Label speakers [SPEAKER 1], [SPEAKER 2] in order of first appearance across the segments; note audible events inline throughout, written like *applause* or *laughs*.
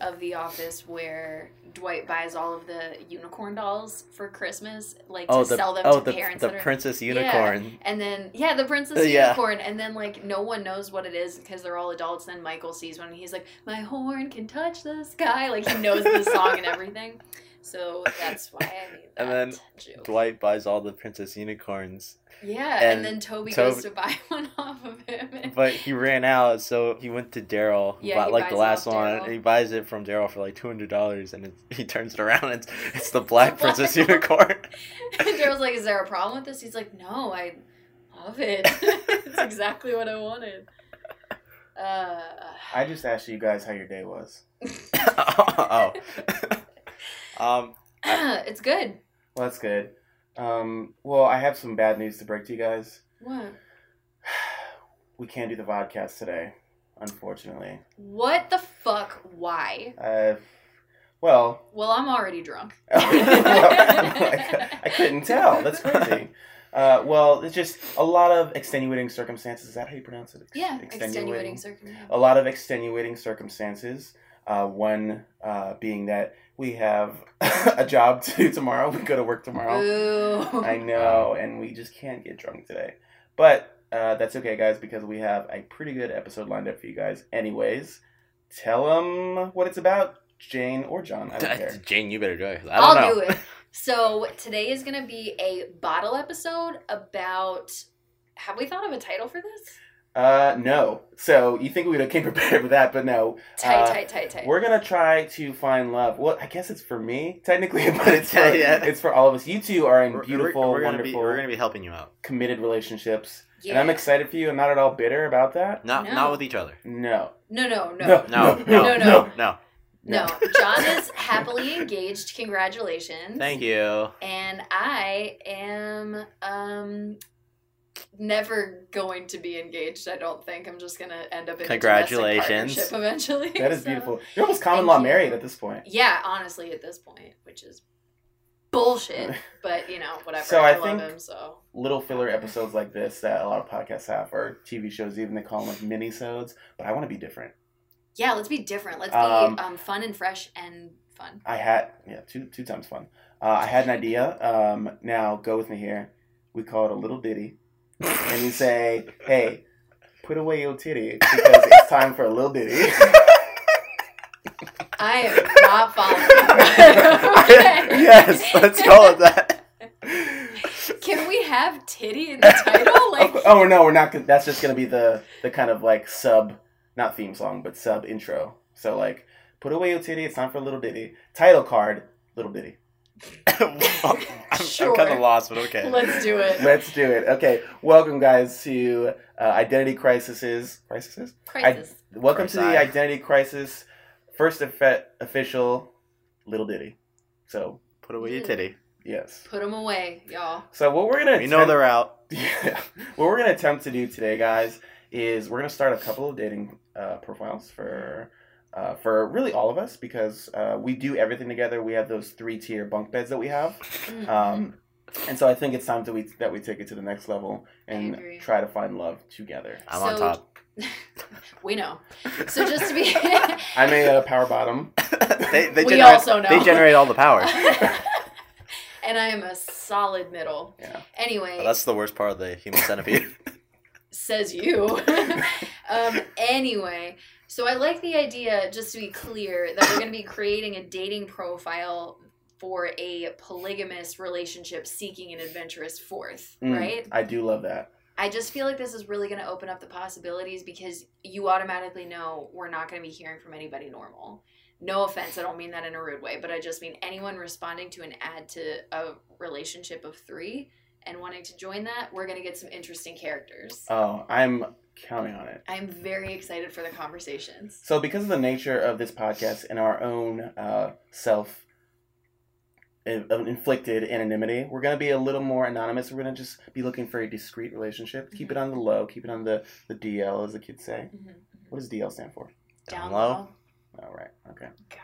[SPEAKER 1] of The Office where Dwight buys all of the unicorn dolls for Christmas, like to
[SPEAKER 2] the
[SPEAKER 1] sell them
[SPEAKER 2] oh
[SPEAKER 1] to
[SPEAKER 2] the,
[SPEAKER 1] parents.
[SPEAKER 2] the
[SPEAKER 1] that are...
[SPEAKER 2] princess
[SPEAKER 1] Yeah. *laughs*
[SPEAKER 2] unicorn.
[SPEAKER 1] And then yeah, the princess
[SPEAKER 2] Yeah.
[SPEAKER 1] unicorn, and then like no one knows what it is because they're all adults. Then Michael sees one, and he's like, "My horn can touch the sky." Like he knows the song and everything. So that's why I made that
[SPEAKER 2] *laughs* And then
[SPEAKER 1] joke.
[SPEAKER 2] Dwight buys all the princess unicorns,
[SPEAKER 1] yeah, and,
[SPEAKER 2] and
[SPEAKER 1] then Toby,
[SPEAKER 2] Toby-
[SPEAKER 1] goes to buy *laughs* one off of him.
[SPEAKER 2] but he ran out, so he went to Daryl,
[SPEAKER 1] Yeah,
[SPEAKER 2] bought
[SPEAKER 1] he
[SPEAKER 2] like the
[SPEAKER 1] buys it
[SPEAKER 2] last
[SPEAKER 1] off
[SPEAKER 2] one,
[SPEAKER 1] Daryl.
[SPEAKER 2] and he buys it from Daryl for like two hundred dollars, and it, he turns it around, and it's,
[SPEAKER 1] *laughs*
[SPEAKER 2] it's the black princess
[SPEAKER 1] Black.
[SPEAKER 2] unicorn. *laughs*
[SPEAKER 1] *laughs* And Daryl's like, "Is there a problem with this?" He's like, "No, I love it. *laughs* it's exactly what I wanted." Uh,
[SPEAKER 3] I just asked you guys how your day was.
[SPEAKER 1] *laughs*
[SPEAKER 2] oh, um,
[SPEAKER 1] *clears throat* it's good.
[SPEAKER 3] Well, that's good. Um, well, I have some bad news to break to you guys.
[SPEAKER 1] What?
[SPEAKER 3] We can't do the vodcast today, unfortunately.
[SPEAKER 1] What the fuck? Why?
[SPEAKER 3] Uh, well, *laughs*
[SPEAKER 1] Well, I'm already drunk.
[SPEAKER 3] I I couldn't tell. That's crazy. Uh, well, it's just a lot of extenuating circumstances. Is that how you pronounce it? Ex-
[SPEAKER 1] Yeah, extenuating circumstances.
[SPEAKER 3] a lot of extenuating circumstances. Uh, one uh, being that we have *laughs* a job to do tomorrow. We go to work tomorrow.
[SPEAKER 1] Ooh.
[SPEAKER 3] Oh,
[SPEAKER 2] *laughs*
[SPEAKER 3] I know, and we just can't get drunk today. But uh, that's okay, guys, because we have a pretty good episode lined up for you guys. Anyways, tell them what it's about, Jane or John. I don't care.
[SPEAKER 2] Jane, you better go. I
[SPEAKER 1] *laughs* I'll
[SPEAKER 2] don't know.
[SPEAKER 1] do it. So today is gonna be a bottle episode about. Have we thought of a title for this?
[SPEAKER 3] Uh, no. So you think we would have came *laughs* prepared for that, but no.
[SPEAKER 1] Tight,
[SPEAKER 3] Uh,
[SPEAKER 1] tight, tight, tight.
[SPEAKER 3] We're gonna try to find love. Well, I guess it's for me technically, *laughs* but it's
[SPEAKER 2] *laughs*
[SPEAKER 3] for,
[SPEAKER 2] Yeah.
[SPEAKER 3] it's for all of us. You two are in
[SPEAKER 2] We're-
[SPEAKER 3] beautiful,
[SPEAKER 2] we're, we're gonna
[SPEAKER 3] wonderful,
[SPEAKER 2] Be, we're gonna be helping you out.
[SPEAKER 3] committed relationships,
[SPEAKER 1] yeah.
[SPEAKER 3] and I'm excited for you. I'm not at all bitter about that.
[SPEAKER 2] Not
[SPEAKER 1] No.
[SPEAKER 2] not with each *laughs* other.
[SPEAKER 3] No,
[SPEAKER 1] no, no, no.
[SPEAKER 2] No,
[SPEAKER 3] no,
[SPEAKER 1] *laughs* no,
[SPEAKER 3] no.
[SPEAKER 2] No.
[SPEAKER 1] No, *laughs* John is happily engaged. Congratulations.
[SPEAKER 2] Thank you.
[SPEAKER 1] And I am um never going to be engaged. I don't think I'm just gonna end up in
[SPEAKER 2] Congratulations.
[SPEAKER 1] a domestic partnership eventually.
[SPEAKER 3] That is
[SPEAKER 2] *laughs*
[SPEAKER 1] so-
[SPEAKER 3] beautiful. You're almost common
[SPEAKER 1] Thank
[SPEAKER 3] law
[SPEAKER 1] you.
[SPEAKER 3] married at this point.
[SPEAKER 1] Yeah, honestly, at this point, which is
[SPEAKER 2] *laughs*
[SPEAKER 1] bullshit. But you know, whatever.
[SPEAKER 3] So I
[SPEAKER 1] I, love
[SPEAKER 3] think-
[SPEAKER 1] him. So
[SPEAKER 3] Little filler episodes like this that a lot of podcasts have, or TV shows, even they call them like minisodes. But I want to be different.
[SPEAKER 1] yeah, let's be different. Let's
[SPEAKER 3] Um,
[SPEAKER 1] be um, fun and fresh and fun.
[SPEAKER 3] I had yeah, two two times fun. Uh, I had an idea. Um, now go with me here. We call it a little ditty, and you say, "Hey, put away your titty because it's time for a little ditty."
[SPEAKER 1] I am not
[SPEAKER 3] *laughs*
[SPEAKER 1] following. *laughs* Okay.
[SPEAKER 2] *laughs* yes, let's call it that. *laughs*
[SPEAKER 1] Can we have titty in the title? Like,
[SPEAKER 3] *laughs* oh, oh, no, we're not. Gonna, that's just gonna be the the kind of like sub, not theme song, but sub intro. So like, put away your titty. It's time for a little ditty. Title card, little ditty.
[SPEAKER 2] I'm,
[SPEAKER 1] *laughs* Sure.
[SPEAKER 2] kind of lost, but okay.
[SPEAKER 1] let's do it.
[SPEAKER 3] Let's do it. Okay, welcome guys to uh, Identity Crises. Crises.
[SPEAKER 1] Crisis.
[SPEAKER 3] Welcome to the
[SPEAKER 2] Crisis.
[SPEAKER 3] Identity Crisis, first effe- official little ditty. So
[SPEAKER 2] Put away your titty.
[SPEAKER 3] yes.
[SPEAKER 1] Put 'em Put them away, y'all.
[SPEAKER 3] So what we're gonna
[SPEAKER 2] We know
[SPEAKER 1] *laughs*
[SPEAKER 2] they're out.
[SPEAKER 3] *laughs* Yeah. What we're gonna attempt to do today, guys, is we're gonna start a couple of dating uh, profiles for uh, for really all of us because uh, we do everything together. We have those three tier bunk beds that we have,
[SPEAKER 1] Mm. *laughs*
[SPEAKER 3] um, and so I think it's time that we that we take it to the next level
[SPEAKER 1] I agree.
[SPEAKER 3] and try to find love together.
[SPEAKER 2] I'm
[SPEAKER 1] So-
[SPEAKER 2] on top. *laughs*
[SPEAKER 1] we know. So just to be,
[SPEAKER 3] I'm a uh, power bottom.
[SPEAKER 2] they, *laughs*
[SPEAKER 1] *laughs*
[SPEAKER 2] they
[SPEAKER 1] We
[SPEAKER 2] generate,
[SPEAKER 1] also know.
[SPEAKER 2] They generate all
[SPEAKER 1] *laughs*
[SPEAKER 2] the power.
[SPEAKER 1] and I am a solid middle.
[SPEAKER 3] Yeah.
[SPEAKER 1] Anyway,
[SPEAKER 2] That's the worst part of the human
[SPEAKER 1] *laughs*
[SPEAKER 2] centipede.
[SPEAKER 1] says
[SPEAKER 2] *laughs*
[SPEAKER 1] you. *laughs* um, anyway, so I like the idea, just to be clear, that we're going to be creating a dating profile for a polygamous relationship seeking an adventurous fourth,
[SPEAKER 3] Mm,
[SPEAKER 1] right?
[SPEAKER 3] I do love that.
[SPEAKER 1] I just feel like this is really going to open up the possibilities because you automatically know we're not going to be hearing from anybody normal. No offense, I don't mean that in a rude way, but I just mean anyone responding to an ad to a relationship of three and wanting to join that, we're going to get some interesting characters.
[SPEAKER 3] Oh, I'm counting on it.
[SPEAKER 1] I'm very excited for the conversations.
[SPEAKER 3] So, because of the nature of this podcast and our own uh, self in- of inflicted anonymity, we're going to be a little more anonymous. We're going to just be looking for a discreet relationship. Keep
[SPEAKER 1] Mm-hmm.
[SPEAKER 3] it on the low, keep it on the, the DL, as the kids say. What does DL stand for?
[SPEAKER 1] mm-hmm. Down
[SPEAKER 2] Down low.
[SPEAKER 1] low.
[SPEAKER 3] All right, okay.
[SPEAKER 1] God.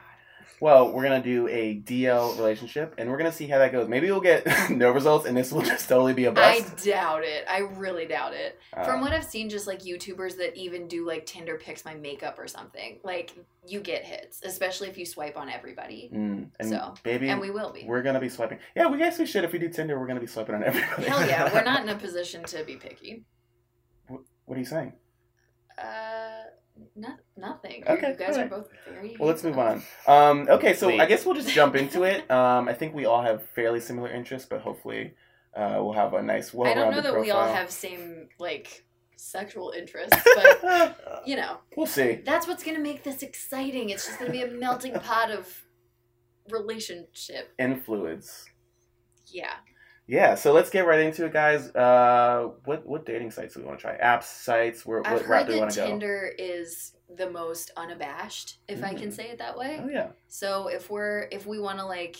[SPEAKER 3] Well, we're gonna do a DL relationship, and we're gonna see how that goes. Maybe we'll get *laughs* no results, and this will *laughs* just totally be a
[SPEAKER 1] I
[SPEAKER 3] bust.
[SPEAKER 1] doubt it. I really doubt it. From
[SPEAKER 3] Uh,
[SPEAKER 1] what I've seen, just like YouTubers that even do like Tinder picks my makeup or something, like you get hits, especially if you swipe on everybody.
[SPEAKER 3] mm, and
[SPEAKER 1] so,
[SPEAKER 3] baby,
[SPEAKER 1] And we will be.
[SPEAKER 3] We're *laughs* gonna be swiping. Yeah, we guess we should. If we do Tinder, we're gonna be swiping on everybody.
[SPEAKER 1] Hell yeah, we're not in a position to be picky.
[SPEAKER 3] *laughs* What are you saying?
[SPEAKER 1] Uh, no, nothing.
[SPEAKER 3] Okay,
[SPEAKER 1] you guys
[SPEAKER 3] all
[SPEAKER 1] are
[SPEAKER 3] right.
[SPEAKER 1] both very.
[SPEAKER 3] Well, let's move on. Um, okay, so I
[SPEAKER 2] Wait.
[SPEAKER 3] guess we'll just jump into it. Um, I think we all have fairly similar interests, but hopefully, uh, we'll have a nice.
[SPEAKER 1] I don't know
[SPEAKER 3] well-rounded
[SPEAKER 1] that we all
[SPEAKER 3] profile.
[SPEAKER 1] have same like sexual
[SPEAKER 3] *laughs*
[SPEAKER 1] interests, but
[SPEAKER 3] Ah,
[SPEAKER 1] you know
[SPEAKER 3] we'll see.
[SPEAKER 1] that's what's gonna make this exciting. It's just gonna be a melting
[SPEAKER 3] *laughs*
[SPEAKER 1] pot of relationship.
[SPEAKER 3] Influence.
[SPEAKER 1] Yeah.
[SPEAKER 3] Yeah, so let's get right into it, guys. Uh, what what dating sites do we want to try? Apps, sites. Where
[SPEAKER 1] I've
[SPEAKER 3] what route
[SPEAKER 1] heard
[SPEAKER 3] do we
[SPEAKER 1] that
[SPEAKER 3] want to go?
[SPEAKER 1] Tinder is the most unabashed, if I can
[SPEAKER 3] Mm.
[SPEAKER 1] say it that way.
[SPEAKER 3] Oh yeah.
[SPEAKER 1] So if we're if we want to like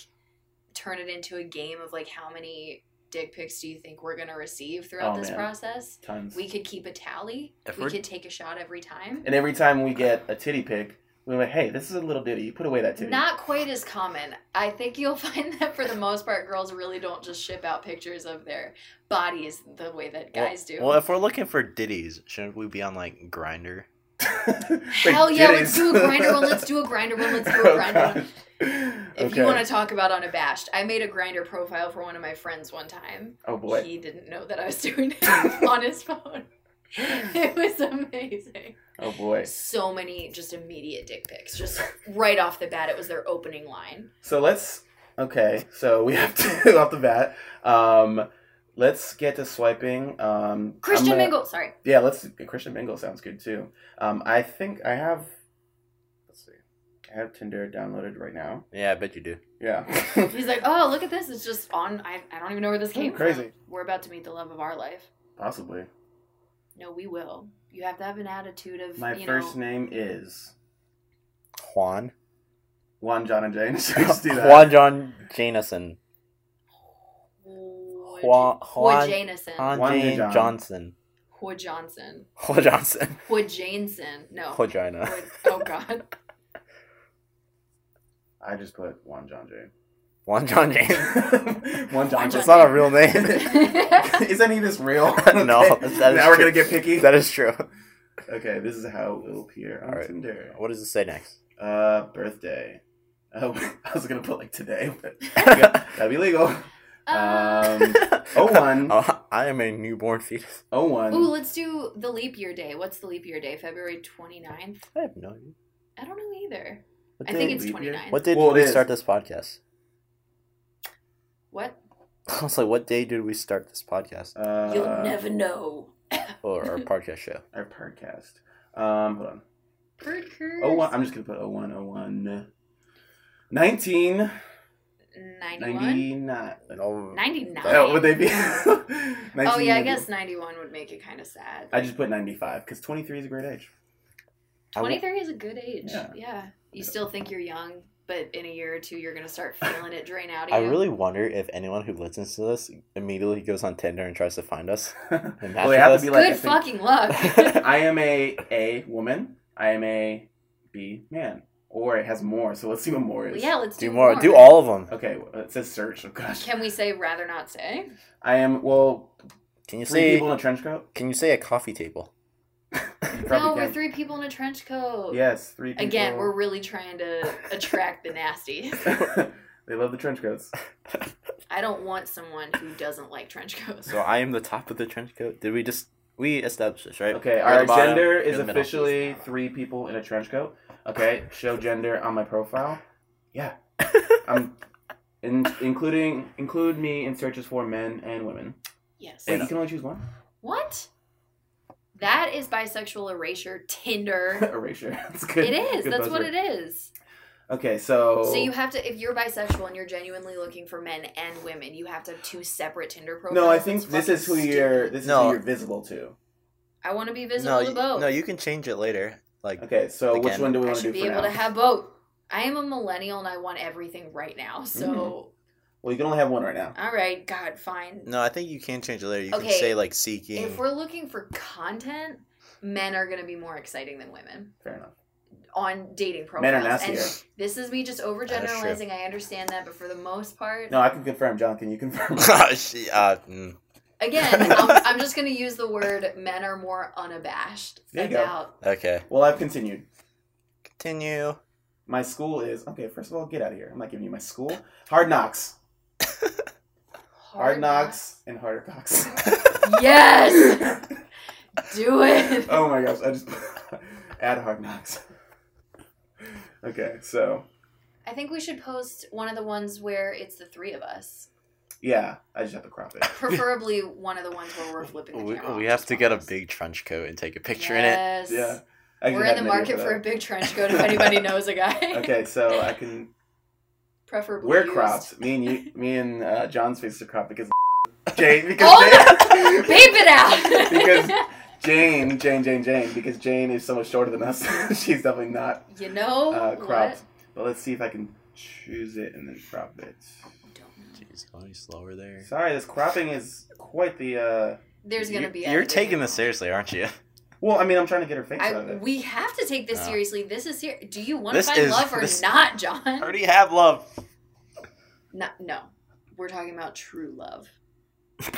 [SPEAKER 1] turn it into a game of like how many dick pics do you think we're gonna receive throughout
[SPEAKER 3] Oh,
[SPEAKER 1] this
[SPEAKER 3] man.
[SPEAKER 1] process?
[SPEAKER 3] Tons.
[SPEAKER 1] We could keep a tally.
[SPEAKER 2] If
[SPEAKER 1] we
[SPEAKER 2] we're-
[SPEAKER 1] could take a shot every time.
[SPEAKER 3] and every time we get a titty pic, we're like, hey, this is a little ditty. You put away that titty. *laughs*
[SPEAKER 1] Not quite as common. I think you'll *laughs* find that for the most part, girls really don't just ship out pictures of their bodies the way that guys do.
[SPEAKER 2] Well, if we're looking for ditties, shouldn't we be on like Grinder?
[SPEAKER 1] Hell yeah, let's do a grinder one. Let's do a grinder one. Let's
[SPEAKER 3] *laughs*
[SPEAKER 1] do a grinder one. If you want to talk about unabashed, I made a grinder profile for one of my friends one time.
[SPEAKER 3] Oh boy.
[SPEAKER 1] He didn't know that I was *laughs* doing
[SPEAKER 3] *laughs*
[SPEAKER 1] it on his phone. It was amazing.
[SPEAKER 3] Oh boy.
[SPEAKER 1] So many just immediate dick pics. Just right off the bat, it was their opening line.
[SPEAKER 3] So let's. Okay, so we have to *laughs* off the bat. Um, let's get to swiping. Um, I'm
[SPEAKER 1] Christian
[SPEAKER 3] gonna-
[SPEAKER 1] Mingle, sorry.
[SPEAKER 3] Yeah, let's. Christian Mingle sounds good too. Um, I think I have. Let's see. I have Tinder downloaded right now.
[SPEAKER 2] Yeah, I bet you do.
[SPEAKER 3] Yeah. *laughs*
[SPEAKER 1] He's like, oh, look at this. It's just on. I, I don't even know where this came
[SPEAKER 3] crazy.
[SPEAKER 1] from. We're about to meet the love of our life.
[SPEAKER 3] Possibly.
[SPEAKER 1] No, we will. You have to have an attitude of,
[SPEAKER 3] My
[SPEAKER 1] you
[SPEAKER 3] first
[SPEAKER 1] know,
[SPEAKER 3] name is
[SPEAKER 2] *laughs* Juan.
[SPEAKER 3] Juan John and *laughs* James.
[SPEAKER 2] *laughs*
[SPEAKER 3] Let's do that.
[SPEAKER 2] Juan John Janison.
[SPEAKER 1] Hua-
[SPEAKER 2] Juan
[SPEAKER 1] Hua
[SPEAKER 2] Juan
[SPEAKER 1] Janison.
[SPEAKER 2] Juan
[SPEAKER 3] Juan
[SPEAKER 2] Jane
[SPEAKER 3] John.
[SPEAKER 2] Johnson. *laughs*
[SPEAKER 1] Hua Johnson.
[SPEAKER 2] Juan Johnson.
[SPEAKER 1] Hua Janson. No.
[SPEAKER 2] Vagina.
[SPEAKER 1] Hua- oh, *laughs*
[SPEAKER 3] *laughs*
[SPEAKER 1] God.
[SPEAKER 3] I just put Juan John
[SPEAKER 2] *laughs* Juan John Jane. *laughs*
[SPEAKER 3] James. Juan John.
[SPEAKER 1] Juan
[SPEAKER 2] That's
[SPEAKER 1] John
[SPEAKER 3] James.
[SPEAKER 2] not a real
[SPEAKER 1] *laughs*
[SPEAKER 2] name.
[SPEAKER 1] That's
[SPEAKER 3] is any of this
[SPEAKER 2] *laughs* No,
[SPEAKER 3] real? *laughs* Okay.
[SPEAKER 2] that is
[SPEAKER 3] now we're
[SPEAKER 2] true.
[SPEAKER 3] gonna get picky.
[SPEAKER 2] *laughs* that is true.
[SPEAKER 3] okay, this is how it will appear on
[SPEAKER 2] All right.
[SPEAKER 3] Tinder.
[SPEAKER 2] What does it
[SPEAKER 1] *laughs*
[SPEAKER 2] say next?
[SPEAKER 3] Uh, birthday. Oh, *laughs* I was gonna put like today, but
[SPEAKER 2] *laughs*
[SPEAKER 3] yeah, that'd be legal. Um, oh one,
[SPEAKER 2] *laughs* Oh, I am a newborn fetus. *laughs*
[SPEAKER 3] oh one.
[SPEAKER 1] Ooh, let's do the leap year day. What's the leap year day? February 29th?
[SPEAKER 2] I have no idea.
[SPEAKER 1] I don't know either.
[SPEAKER 2] What
[SPEAKER 1] I
[SPEAKER 2] did,
[SPEAKER 1] think it's
[SPEAKER 3] Leap year?
[SPEAKER 1] 29th.
[SPEAKER 2] what did
[SPEAKER 3] Well, it
[SPEAKER 2] we
[SPEAKER 3] is.
[SPEAKER 2] start this podcast? *laughs*
[SPEAKER 1] What?
[SPEAKER 2] I was like, what day did we start this
[SPEAKER 1] *laughs*
[SPEAKER 2] podcast
[SPEAKER 3] Uh,
[SPEAKER 1] You'll never know.
[SPEAKER 2] or our podcast show?
[SPEAKER 3] Our podcast. Um, hold on.
[SPEAKER 1] Kurt
[SPEAKER 3] Oh one. I'm just gonna put oh one, oh one. Nineteen
[SPEAKER 1] 91?
[SPEAKER 3] ninety nine.
[SPEAKER 2] No.
[SPEAKER 1] 99.
[SPEAKER 3] Oh, would
[SPEAKER 1] *laughs*
[SPEAKER 3] they be? *laughs*
[SPEAKER 1] Oh, yeah, I guess 91 would make it kind of sad.
[SPEAKER 3] I just put ninety five because twenty three is a great age. *laughs*
[SPEAKER 2] I w-
[SPEAKER 1] 23 is a good age. Yeah.
[SPEAKER 3] Yeah.
[SPEAKER 1] You still think you're young, but in a year or two, you're going to
[SPEAKER 3] *laughs*
[SPEAKER 1] start feeling it drain out of
[SPEAKER 2] I
[SPEAKER 1] you.
[SPEAKER 2] really wonder if anyone who listens to this immediately goes on Tinder and tries to find us. *laughs*
[SPEAKER 3] well,
[SPEAKER 2] And
[SPEAKER 3] they
[SPEAKER 2] that's-
[SPEAKER 3] have to
[SPEAKER 2] *laughs*
[SPEAKER 3] be
[SPEAKER 1] Good
[SPEAKER 3] like. I
[SPEAKER 1] fucking
[SPEAKER 3] think-
[SPEAKER 1] luck.
[SPEAKER 3] *laughs* I am a a woman. I am a b man. Or it has more. So let's see what more
[SPEAKER 1] Well,
[SPEAKER 3] is.
[SPEAKER 1] yeah, let's *laughs* do,
[SPEAKER 2] do more. Do all of them.
[SPEAKER 3] Okay. well, It says search. Oh gosh.
[SPEAKER 1] Can we say rather not say?
[SPEAKER 3] I am well.
[SPEAKER 2] Can you
[SPEAKER 3] Three
[SPEAKER 2] say?
[SPEAKER 3] people in a trench coat.
[SPEAKER 2] Can you say a coffee table?
[SPEAKER 3] You
[SPEAKER 1] No,
[SPEAKER 3] probably
[SPEAKER 1] we're
[SPEAKER 3] can.
[SPEAKER 1] three people in a trench coat.
[SPEAKER 3] Yes, three. People.
[SPEAKER 1] Again, we're really trying to attract the nasty.
[SPEAKER 3] *laughs* they love the trench coats.
[SPEAKER 1] I don't want someone who doesn't like trench coats.
[SPEAKER 2] So I am the top of the trench coat. Did we just we established this right?
[SPEAKER 3] Okay,
[SPEAKER 2] You're
[SPEAKER 3] our
[SPEAKER 2] the bottom,
[SPEAKER 3] gender
[SPEAKER 2] you're
[SPEAKER 3] is
[SPEAKER 2] the middle.
[SPEAKER 3] officially three people in a trench coat. Okay, show gender on my profile.
[SPEAKER 2] *laughs*
[SPEAKER 3] Yeah, I'm in, including include me in searches for men and women.
[SPEAKER 1] Yes.
[SPEAKER 3] Wait, you can only choose one. *laughs*
[SPEAKER 1] What? That is bisexual erasure Tinder.
[SPEAKER 3] Erasure. That's *laughs* good. Oh.
[SPEAKER 1] It is. That's what it is.
[SPEAKER 3] Okay, so
[SPEAKER 1] So you have to, if you're bisexual and you're genuinely looking for men and women, you have to have two separate Tinder profiles.
[SPEAKER 3] no, I think
[SPEAKER 1] That's
[SPEAKER 3] this is who
[SPEAKER 1] fucking
[SPEAKER 3] you're.
[SPEAKER 1] stupid.
[SPEAKER 3] This is who
[SPEAKER 2] No.
[SPEAKER 3] you're visible to.
[SPEAKER 1] I want to be visible
[SPEAKER 2] No,
[SPEAKER 1] to
[SPEAKER 2] you,
[SPEAKER 1] both.
[SPEAKER 2] no, you can change it later. Like
[SPEAKER 3] Okay, so which
[SPEAKER 2] Again.
[SPEAKER 3] one do we
[SPEAKER 1] I
[SPEAKER 3] want to do
[SPEAKER 1] should be
[SPEAKER 3] for
[SPEAKER 1] able
[SPEAKER 3] now?
[SPEAKER 1] to have both. I am a millennial and I want everything right now. So,
[SPEAKER 3] well, you can only have one right now.
[SPEAKER 1] all right, God, fine.
[SPEAKER 2] no, I think you can change it later. You
[SPEAKER 1] Okay,
[SPEAKER 2] can say like seeking. *laughs*
[SPEAKER 1] If we're looking for content, men are going to be more exciting than women.
[SPEAKER 3] Fair enough.
[SPEAKER 1] on dating profiles.
[SPEAKER 3] Men are nastier.
[SPEAKER 1] And this is me just
[SPEAKER 2] That
[SPEAKER 1] overgeneralizing. I understand that, but for the most part,
[SPEAKER 3] No, I can confirm, John. Can you
[SPEAKER 2] *laughs*
[SPEAKER 3] confirm?
[SPEAKER 2] She- uh, mm.
[SPEAKER 1] again,
[SPEAKER 3] *laughs*
[SPEAKER 1] I'm, I'm just going to use the word men are more unabashed
[SPEAKER 3] There you go.
[SPEAKER 1] about.
[SPEAKER 2] okay.
[SPEAKER 3] well, I've continued.
[SPEAKER 2] Continue.
[SPEAKER 3] My school is okay. First of all, get out of here. I'm not giving you my school. Hard knocks, hard knocks, and
[SPEAKER 1] *laughs*
[SPEAKER 3] harder cocks. *laughs*
[SPEAKER 1] Yes, do it.
[SPEAKER 3] oh my gosh! I just *laughs* add hard knocks. Okay, so
[SPEAKER 1] I think we should post one of the ones where it's the three of us,
[SPEAKER 3] yeah, I just have to crop it.
[SPEAKER 1] preferably one of the ones where we're flipping the
[SPEAKER 2] We,
[SPEAKER 1] camera.
[SPEAKER 2] we have to get a big trench coat and take a picture in it.
[SPEAKER 1] yes.
[SPEAKER 3] Yeah, I
[SPEAKER 1] We're
[SPEAKER 3] actually had
[SPEAKER 1] in the
[SPEAKER 3] an idea
[SPEAKER 1] market for, a
[SPEAKER 3] that.
[SPEAKER 1] big trench coat
[SPEAKER 3] *laughs*
[SPEAKER 1] if anybody knows a guy.
[SPEAKER 3] Okay, so
[SPEAKER 1] *laughs*
[SPEAKER 3] I can
[SPEAKER 1] Preferably
[SPEAKER 3] We're
[SPEAKER 1] used. *laughs*
[SPEAKER 3] cropped. Me and you, me and uh, John's faces are cropped because Jane, because
[SPEAKER 1] Oh, *laughs*
[SPEAKER 3] Jane,
[SPEAKER 1] Beep it out.
[SPEAKER 3] *laughs* Because- Jane, Jane, Jane, Jane, because Jane is so much shorter than us. *laughs* She's definitely not
[SPEAKER 1] you know
[SPEAKER 3] uh,
[SPEAKER 1] Oh, what?
[SPEAKER 3] cropped. But let's see if I can choose it and then crop it.
[SPEAKER 1] Don't know.
[SPEAKER 2] Jeez, going slower there.
[SPEAKER 3] Sorry, this cropping is quite the. uh
[SPEAKER 1] There's gonna
[SPEAKER 2] You're-
[SPEAKER 1] be.
[SPEAKER 2] You're
[SPEAKER 1] editing.
[SPEAKER 2] taking this seriously, aren't you? *laughs*
[SPEAKER 3] Well, I mean, I'm trying to get her face out
[SPEAKER 1] I,
[SPEAKER 3] of it.
[SPEAKER 1] we have to take this
[SPEAKER 2] No.
[SPEAKER 1] seriously. This is here. Do you want to
[SPEAKER 2] This
[SPEAKER 1] find
[SPEAKER 2] is-
[SPEAKER 1] love or
[SPEAKER 2] this-
[SPEAKER 1] not,
[SPEAKER 2] I
[SPEAKER 3] *laughs*
[SPEAKER 1] John?
[SPEAKER 2] already have love.
[SPEAKER 1] No, no. We're talking about true
[SPEAKER 3] *laughs*
[SPEAKER 1] love. *laughs*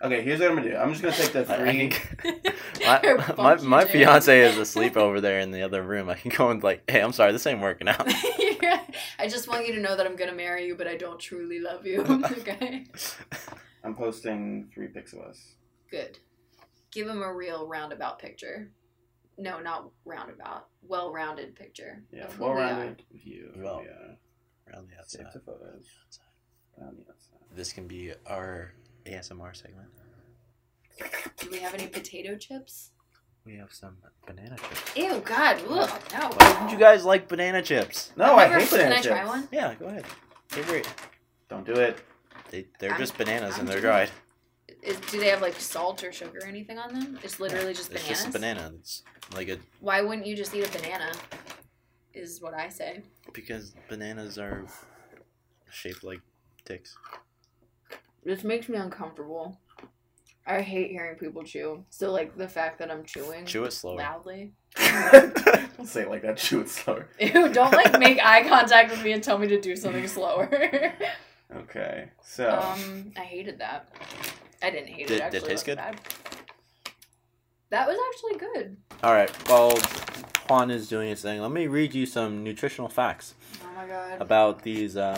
[SPEAKER 3] Okay, here's what I'm gonna do. I'm just gonna take the
[SPEAKER 2] *laughs* I- I
[SPEAKER 3] three.
[SPEAKER 2] can- my my,
[SPEAKER 1] Funky
[SPEAKER 2] my
[SPEAKER 1] dude.
[SPEAKER 2] fiance is asleep over there in the other room. I can go and like, hey, I'm sorry, this ain't working out.
[SPEAKER 1] I just want you to know that I'm gonna marry you, but I don't truly love
[SPEAKER 3] *laughs*
[SPEAKER 1] you. *laughs* okay.
[SPEAKER 3] I'm posting three pics of us.
[SPEAKER 1] Good. Give him a real roundabout picture. No, not roundabout. Well rounded picture.
[SPEAKER 3] Yeah,
[SPEAKER 1] of who we are.
[SPEAKER 3] well-rounded view.
[SPEAKER 2] Well, *laughs*
[SPEAKER 3] yeah.
[SPEAKER 2] Around the outside.
[SPEAKER 3] Save to photos. Around the outside.
[SPEAKER 2] This can be our ASMR segment.
[SPEAKER 1] Do we have any potato chips?
[SPEAKER 2] We have some banana chips.
[SPEAKER 1] Ew, God, look, no.
[SPEAKER 2] Why didn't you guys like banana chips?
[SPEAKER 3] No,
[SPEAKER 1] I've
[SPEAKER 3] I
[SPEAKER 1] never-
[SPEAKER 3] hate banana
[SPEAKER 1] Can I try
[SPEAKER 3] chips.
[SPEAKER 1] one?
[SPEAKER 2] Yeah, go ahead. They're great.
[SPEAKER 3] Don't do it. *laughs*
[SPEAKER 2] They, they're
[SPEAKER 1] I'm-
[SPEAKER 2] just bananas
[SPEAKER 1] I'm
[SPEAKER 2] and they're
[SPEAKER 1] doing-
[SPEAKER 2] dried.
[SPEAKER 1] Is, do they have like salt or sugar or anything on them? It's literally just
[SPEAKER 2] It's
[SPEAKER 1] bananas.
[SPEAKER 2] just a banana. It's like a
[SPEAKER 1] Why wouldn't you just eat a banana? Is what I say.
[SPEAKER 2] because bananas are shaped like dicks.
[SPEAKER 1] This makes me uncomfortable. I hate hearing people chew. So like the fact that I'm chewing
[SPEAKER 2] Chew it slower.
[SPEAKER 1] loudly. *laughs*
[SPEAKER 3] Don't say it like that. Chew it slower.
[SPEAKER 1] Ew, don't like make eye contact with me and tell me to do
[SPEAKER 2] *laughs*
[SPEAKER 1] something slower. *laughs*
[SPEAKER 3] Okay, so
[SPEAKER 1] um, I hated that. I didn't hate
[SPEAKER 2] Did-
[SPEAKER 1] it.
[SPEAKER 2] did
[SPEAKER 1] Actually.
[SPEAKER 2] it taste
[SPEAKER 1] That was bad. That was actually good.
[SPEAKER 2] All right. While Juan is doing his thing, let me read you some nutritional facts.
[SPEAKER 1] Oh my god.
[SPEAKER 2] about these um,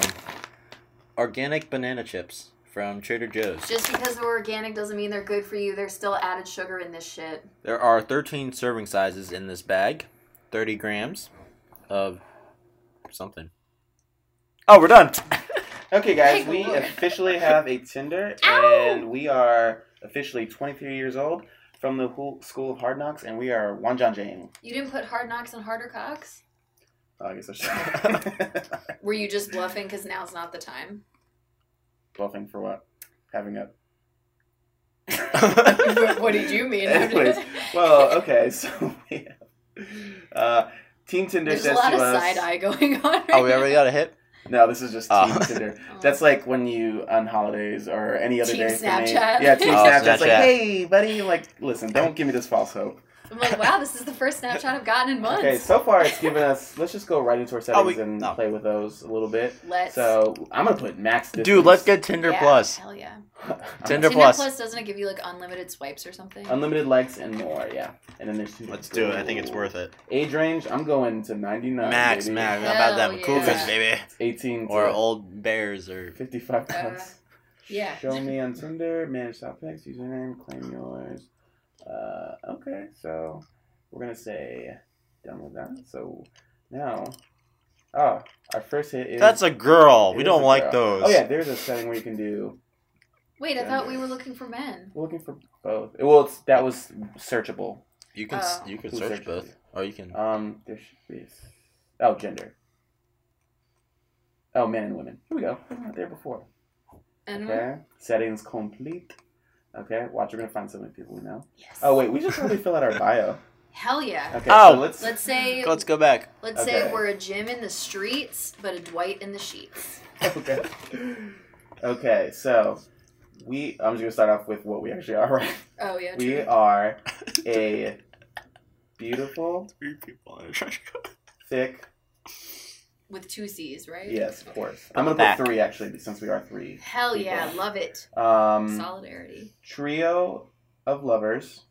[SPEAKER 2] organic banana chips from Trader Joe's.
[SPEAKER 1] Just because they're organic doesn't mean they're good for you. There's still added sugar in this shit.
[SPEAKER 2] There are 13 serving sizes in this bag, 30 grams of something. Oh, we're
[SPEAKER 1] *laughs*
[SPEAKER 2] done. *laughs*
[SPEAKER 3] okay, guys,
[SPEAKER 1] Take a
[SPEAKER 3] we
[SPEAKER 1] look.
[SPEAKER 3] officially have a Tinder,
[SPEAKER 1] Ow!
[SPEAKER 3] and we are officially 23 years old from the Hool- School of Hard Knocks, and we are Wan John Jane.
[SPEAKER 1] You didn't put hard knocks on harder cocks?
[SPEAKER 3] Oh, I guess I should. *laughs*
[SPEAKER 1] Were you just bluffing because now's not the time?
[SPEAKER 3] Bluffing for what? Having a.
[SPEAKER 1] *laughs*
[SPEAKER 2] Oh,
[SPEAKER 1] what did you mean? I'm *laughs*
[SPEAKER 3] Anyways,
[SPEAKER 1] just-
[SPEAKER 3] Well, okay, so *laughs* we have, uh, Team Tinder
[SPEAKER 1] There's a
[SPEAKER 3] says
[SPEAKER 1] lot
[SPEAKER 3] to
[SPEAKER 1] of
[SPEAKER 3] us.
[SPEAKER 1] side eye going on. Right
[SPEAKER 2] oh, we already
[SPEAKER 1] now.
[SPEAKER 2] got a hit?
[SPEAKER 3] No, this is just Team
[SPEAKER 2] Oh.
[SPEAKER 3] Tinder.
[SPEAKER 1] *laughs* Oh.
[SPEAKER 3] That's like when you on holidays or any other
[SPEAKER 1] Team
[SPEAKER 3] day. for me-
[SPEAKER 1] Snapchat.
[SPEAKER 3] Yeah, team
[SPEAKER 2] Oh,
[SPEAKER 3] Snapchat. It's like,
[SPEAKER 2] Snapchat.
[SPEAKER 3] hey, buddy, like, listen, don't give me this false hope.
[SPEAKER 1] I'm like, wow, this is the first Snapchat I've gotten in months.
[SPEAKER 3] Okay, so far it's given us. Let's just go right into our settings
[SPEAKER 2] Oh, we-
[SPEAKER 3] and
[SPEAKER 2] no.
[SPEAKER 3] play with those a little bit.
[SPEAKER 1] Let's.
[SPEAKER 3] So I'm gonna put max. Distance.
[SPEAKER 2] Dude,
[SPEAKER 3] *laughs*
[SPEAKER 2] let's get Tinder
[SPEAKER 1] Yeah,
[SPEAKER 2] Plus.
[SPEAKER 1] Hell yeah.
[SPEAKER 2] Tinder
[SPEAKER 1] Tinder
[SPEAKER 2] Plus.
[SPEAKER 1] Plus. doesn't it give you like unlimited swipes or something?
[SPEAKER 3] Unlimited likes and more, yeah. And then there's two.
[SPEAKER 2] it.
[SPEAKER 3] Age range, I'm going to 99.
[SPEAKER 2] Max,
[SPEAKER 3] baby.
[SPEAKER 2] max.
[SPEAKER 1] Hell
[SPEAKER 2] How about them
[SPEAKER 1] yeah.
[SPEAKER 2] cougars, baby?
[SPEAKER 3] 18
[SPEAKER 2] Or
[SPEAKER 3] to
[SPEAKER 2] old bears or
[SPEAKER 3] 55
[SPEAKER 1] Uh,
[SPEAKER 3] bucks.
[SPEAKER 1] yeah.
[SPEAKER 3] Show me on Tinder, manage topics, username, claim yours. Uh, okay, so we're gonna say done with that. So now, oh, our first hit is
[SPEAKER 2] That's a girl. We
[SPEAKER 3] is
[SPEAKER 2] don't
[SPEAKER 3] a
[SPEAKER 2] like
[SPEAKER 3] girl.
[SPEAKER 2] those.
[SPEAKER 3] Oh yeah, there's a setting where you can do.
[SPEAKER 1] Wait, I thought we were looking for men.
[SPEAKER 3] We're looking for both. Well, it's that was searchable.
[SPEAKER 2] You can s
[SPEAKER 1] Oh.
[SPEAKER 2] you can
[SPEAKER 3] Who
[SPEAKER 2] search
[SPEAKER 3] searches
[SPEAKER 2] both.
[SPEAKER 3] it?
[SPEAKER 2] Or you can
[SPEAKER 3] Um, there should be. a s- Oh, gender. Oh, men and women. Here we go. We were not there before.
[SPEAKER 1] And
[SPEAKER 3] Okay, settings complete. Okay, watch. We're gonna find so many people we know.
[SPEAKER 1] Yes.
[SPEAKER 3] Oh wait, we just really fill out our bio.
[SPEAKER 1] Hell yeah.
[SPEAKER 3] Okay,
[SPEAKER 2] Oh.
[SPEAKER 3] so let's
[SPEAKER 1] Let's say
[SPEAKER 2] Let's go back.
[SPEAKER 1] Let's
[SPEAKER 3] Okay.
[SPEAKER 1] say we're a Jim in the streets, but a Dwight in the sheets.
[SPEAKER 3] *laughs* okay. Okay, so we
[SPEAKER 2] *laughs*
[SPEAKER 3] I'm just gonna start off with what we actually are, right?
[SPEAKER 1] Oh yeah,
[SPEAKER 3] We are a Beautiful,
[SPEAKER 4] Three people in a trench coat.
[SPEAKER 3] thick.
[SPEAKER 1] with two C's, right?
[SPEAKER 3] Yes, of course. I'm gonna
[SPEAKER 2] Back.
[SPEAKER 3] put three actually, since we are three.
[SPEAKER 1] Hell yeah,
[SPEAKER 3] People.
[SPEAKER 1] love it.
[SPEAKER 3] Um,
[SPEAKER 1] Solidarity.
[SPEAKER 3] Trio of lovers.